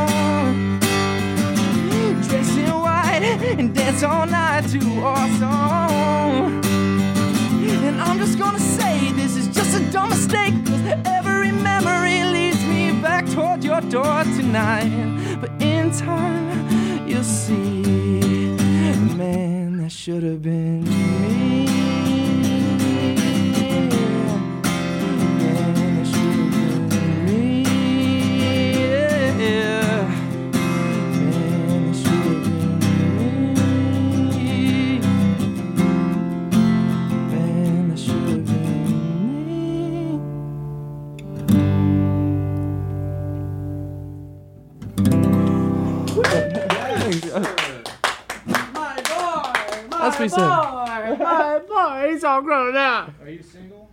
Dress in white and dance all night to our song. And I'm just gonna say this is just a dumb mistake. Cause every memory leads me back toward your door tonight. But in time, you'll see. Man, that should have been me. Man, it should've been me. Yeah. Man, it should've been me. Man, it he said.
my boy, he's all grown up.
Are you single?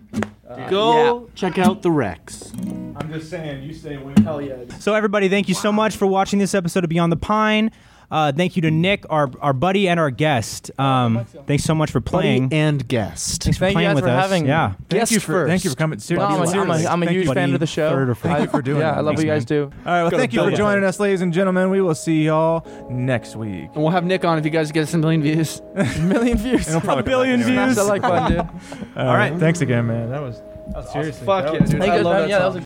Go check out the Rex.
I'm just saying, you stay away.
Hell yeah.
So everybody, thank you so much for watching this episode of Beyond the Pine. Uh, thank you to Nick, our our buddy and our guest. Um, thanks so much for playing.
and guest.
Thanks for
Thank you
playing
guys
with
for
us.
having
yeah.
me.
Thank
Guest
you for thank you
first.
for coming. Seriously,
No, I'm, a- I'm a-
seriously.
I'm a
Thank
huge
you,
fan
buddy.
of the show.
Third or fourth.
I-
Thank you for doing
Yeah,
that.
I love what you
Thanks,
guys do.
All right, well,
Go to
thank you for
Belgium.
joining us, ladies and gentlemen. We will see y'all next week.
And we'll have Nick on if you guys get us a million views.
Million views.
And we'll probably
A billion
come back anyway.
Smash that like button, dude.
All right, thanks again, man. That was, that was seriously.
Fuck yeah, dude.
Thank
I
you guys for
love
having-
Oh, that
yeah, that
song.
was a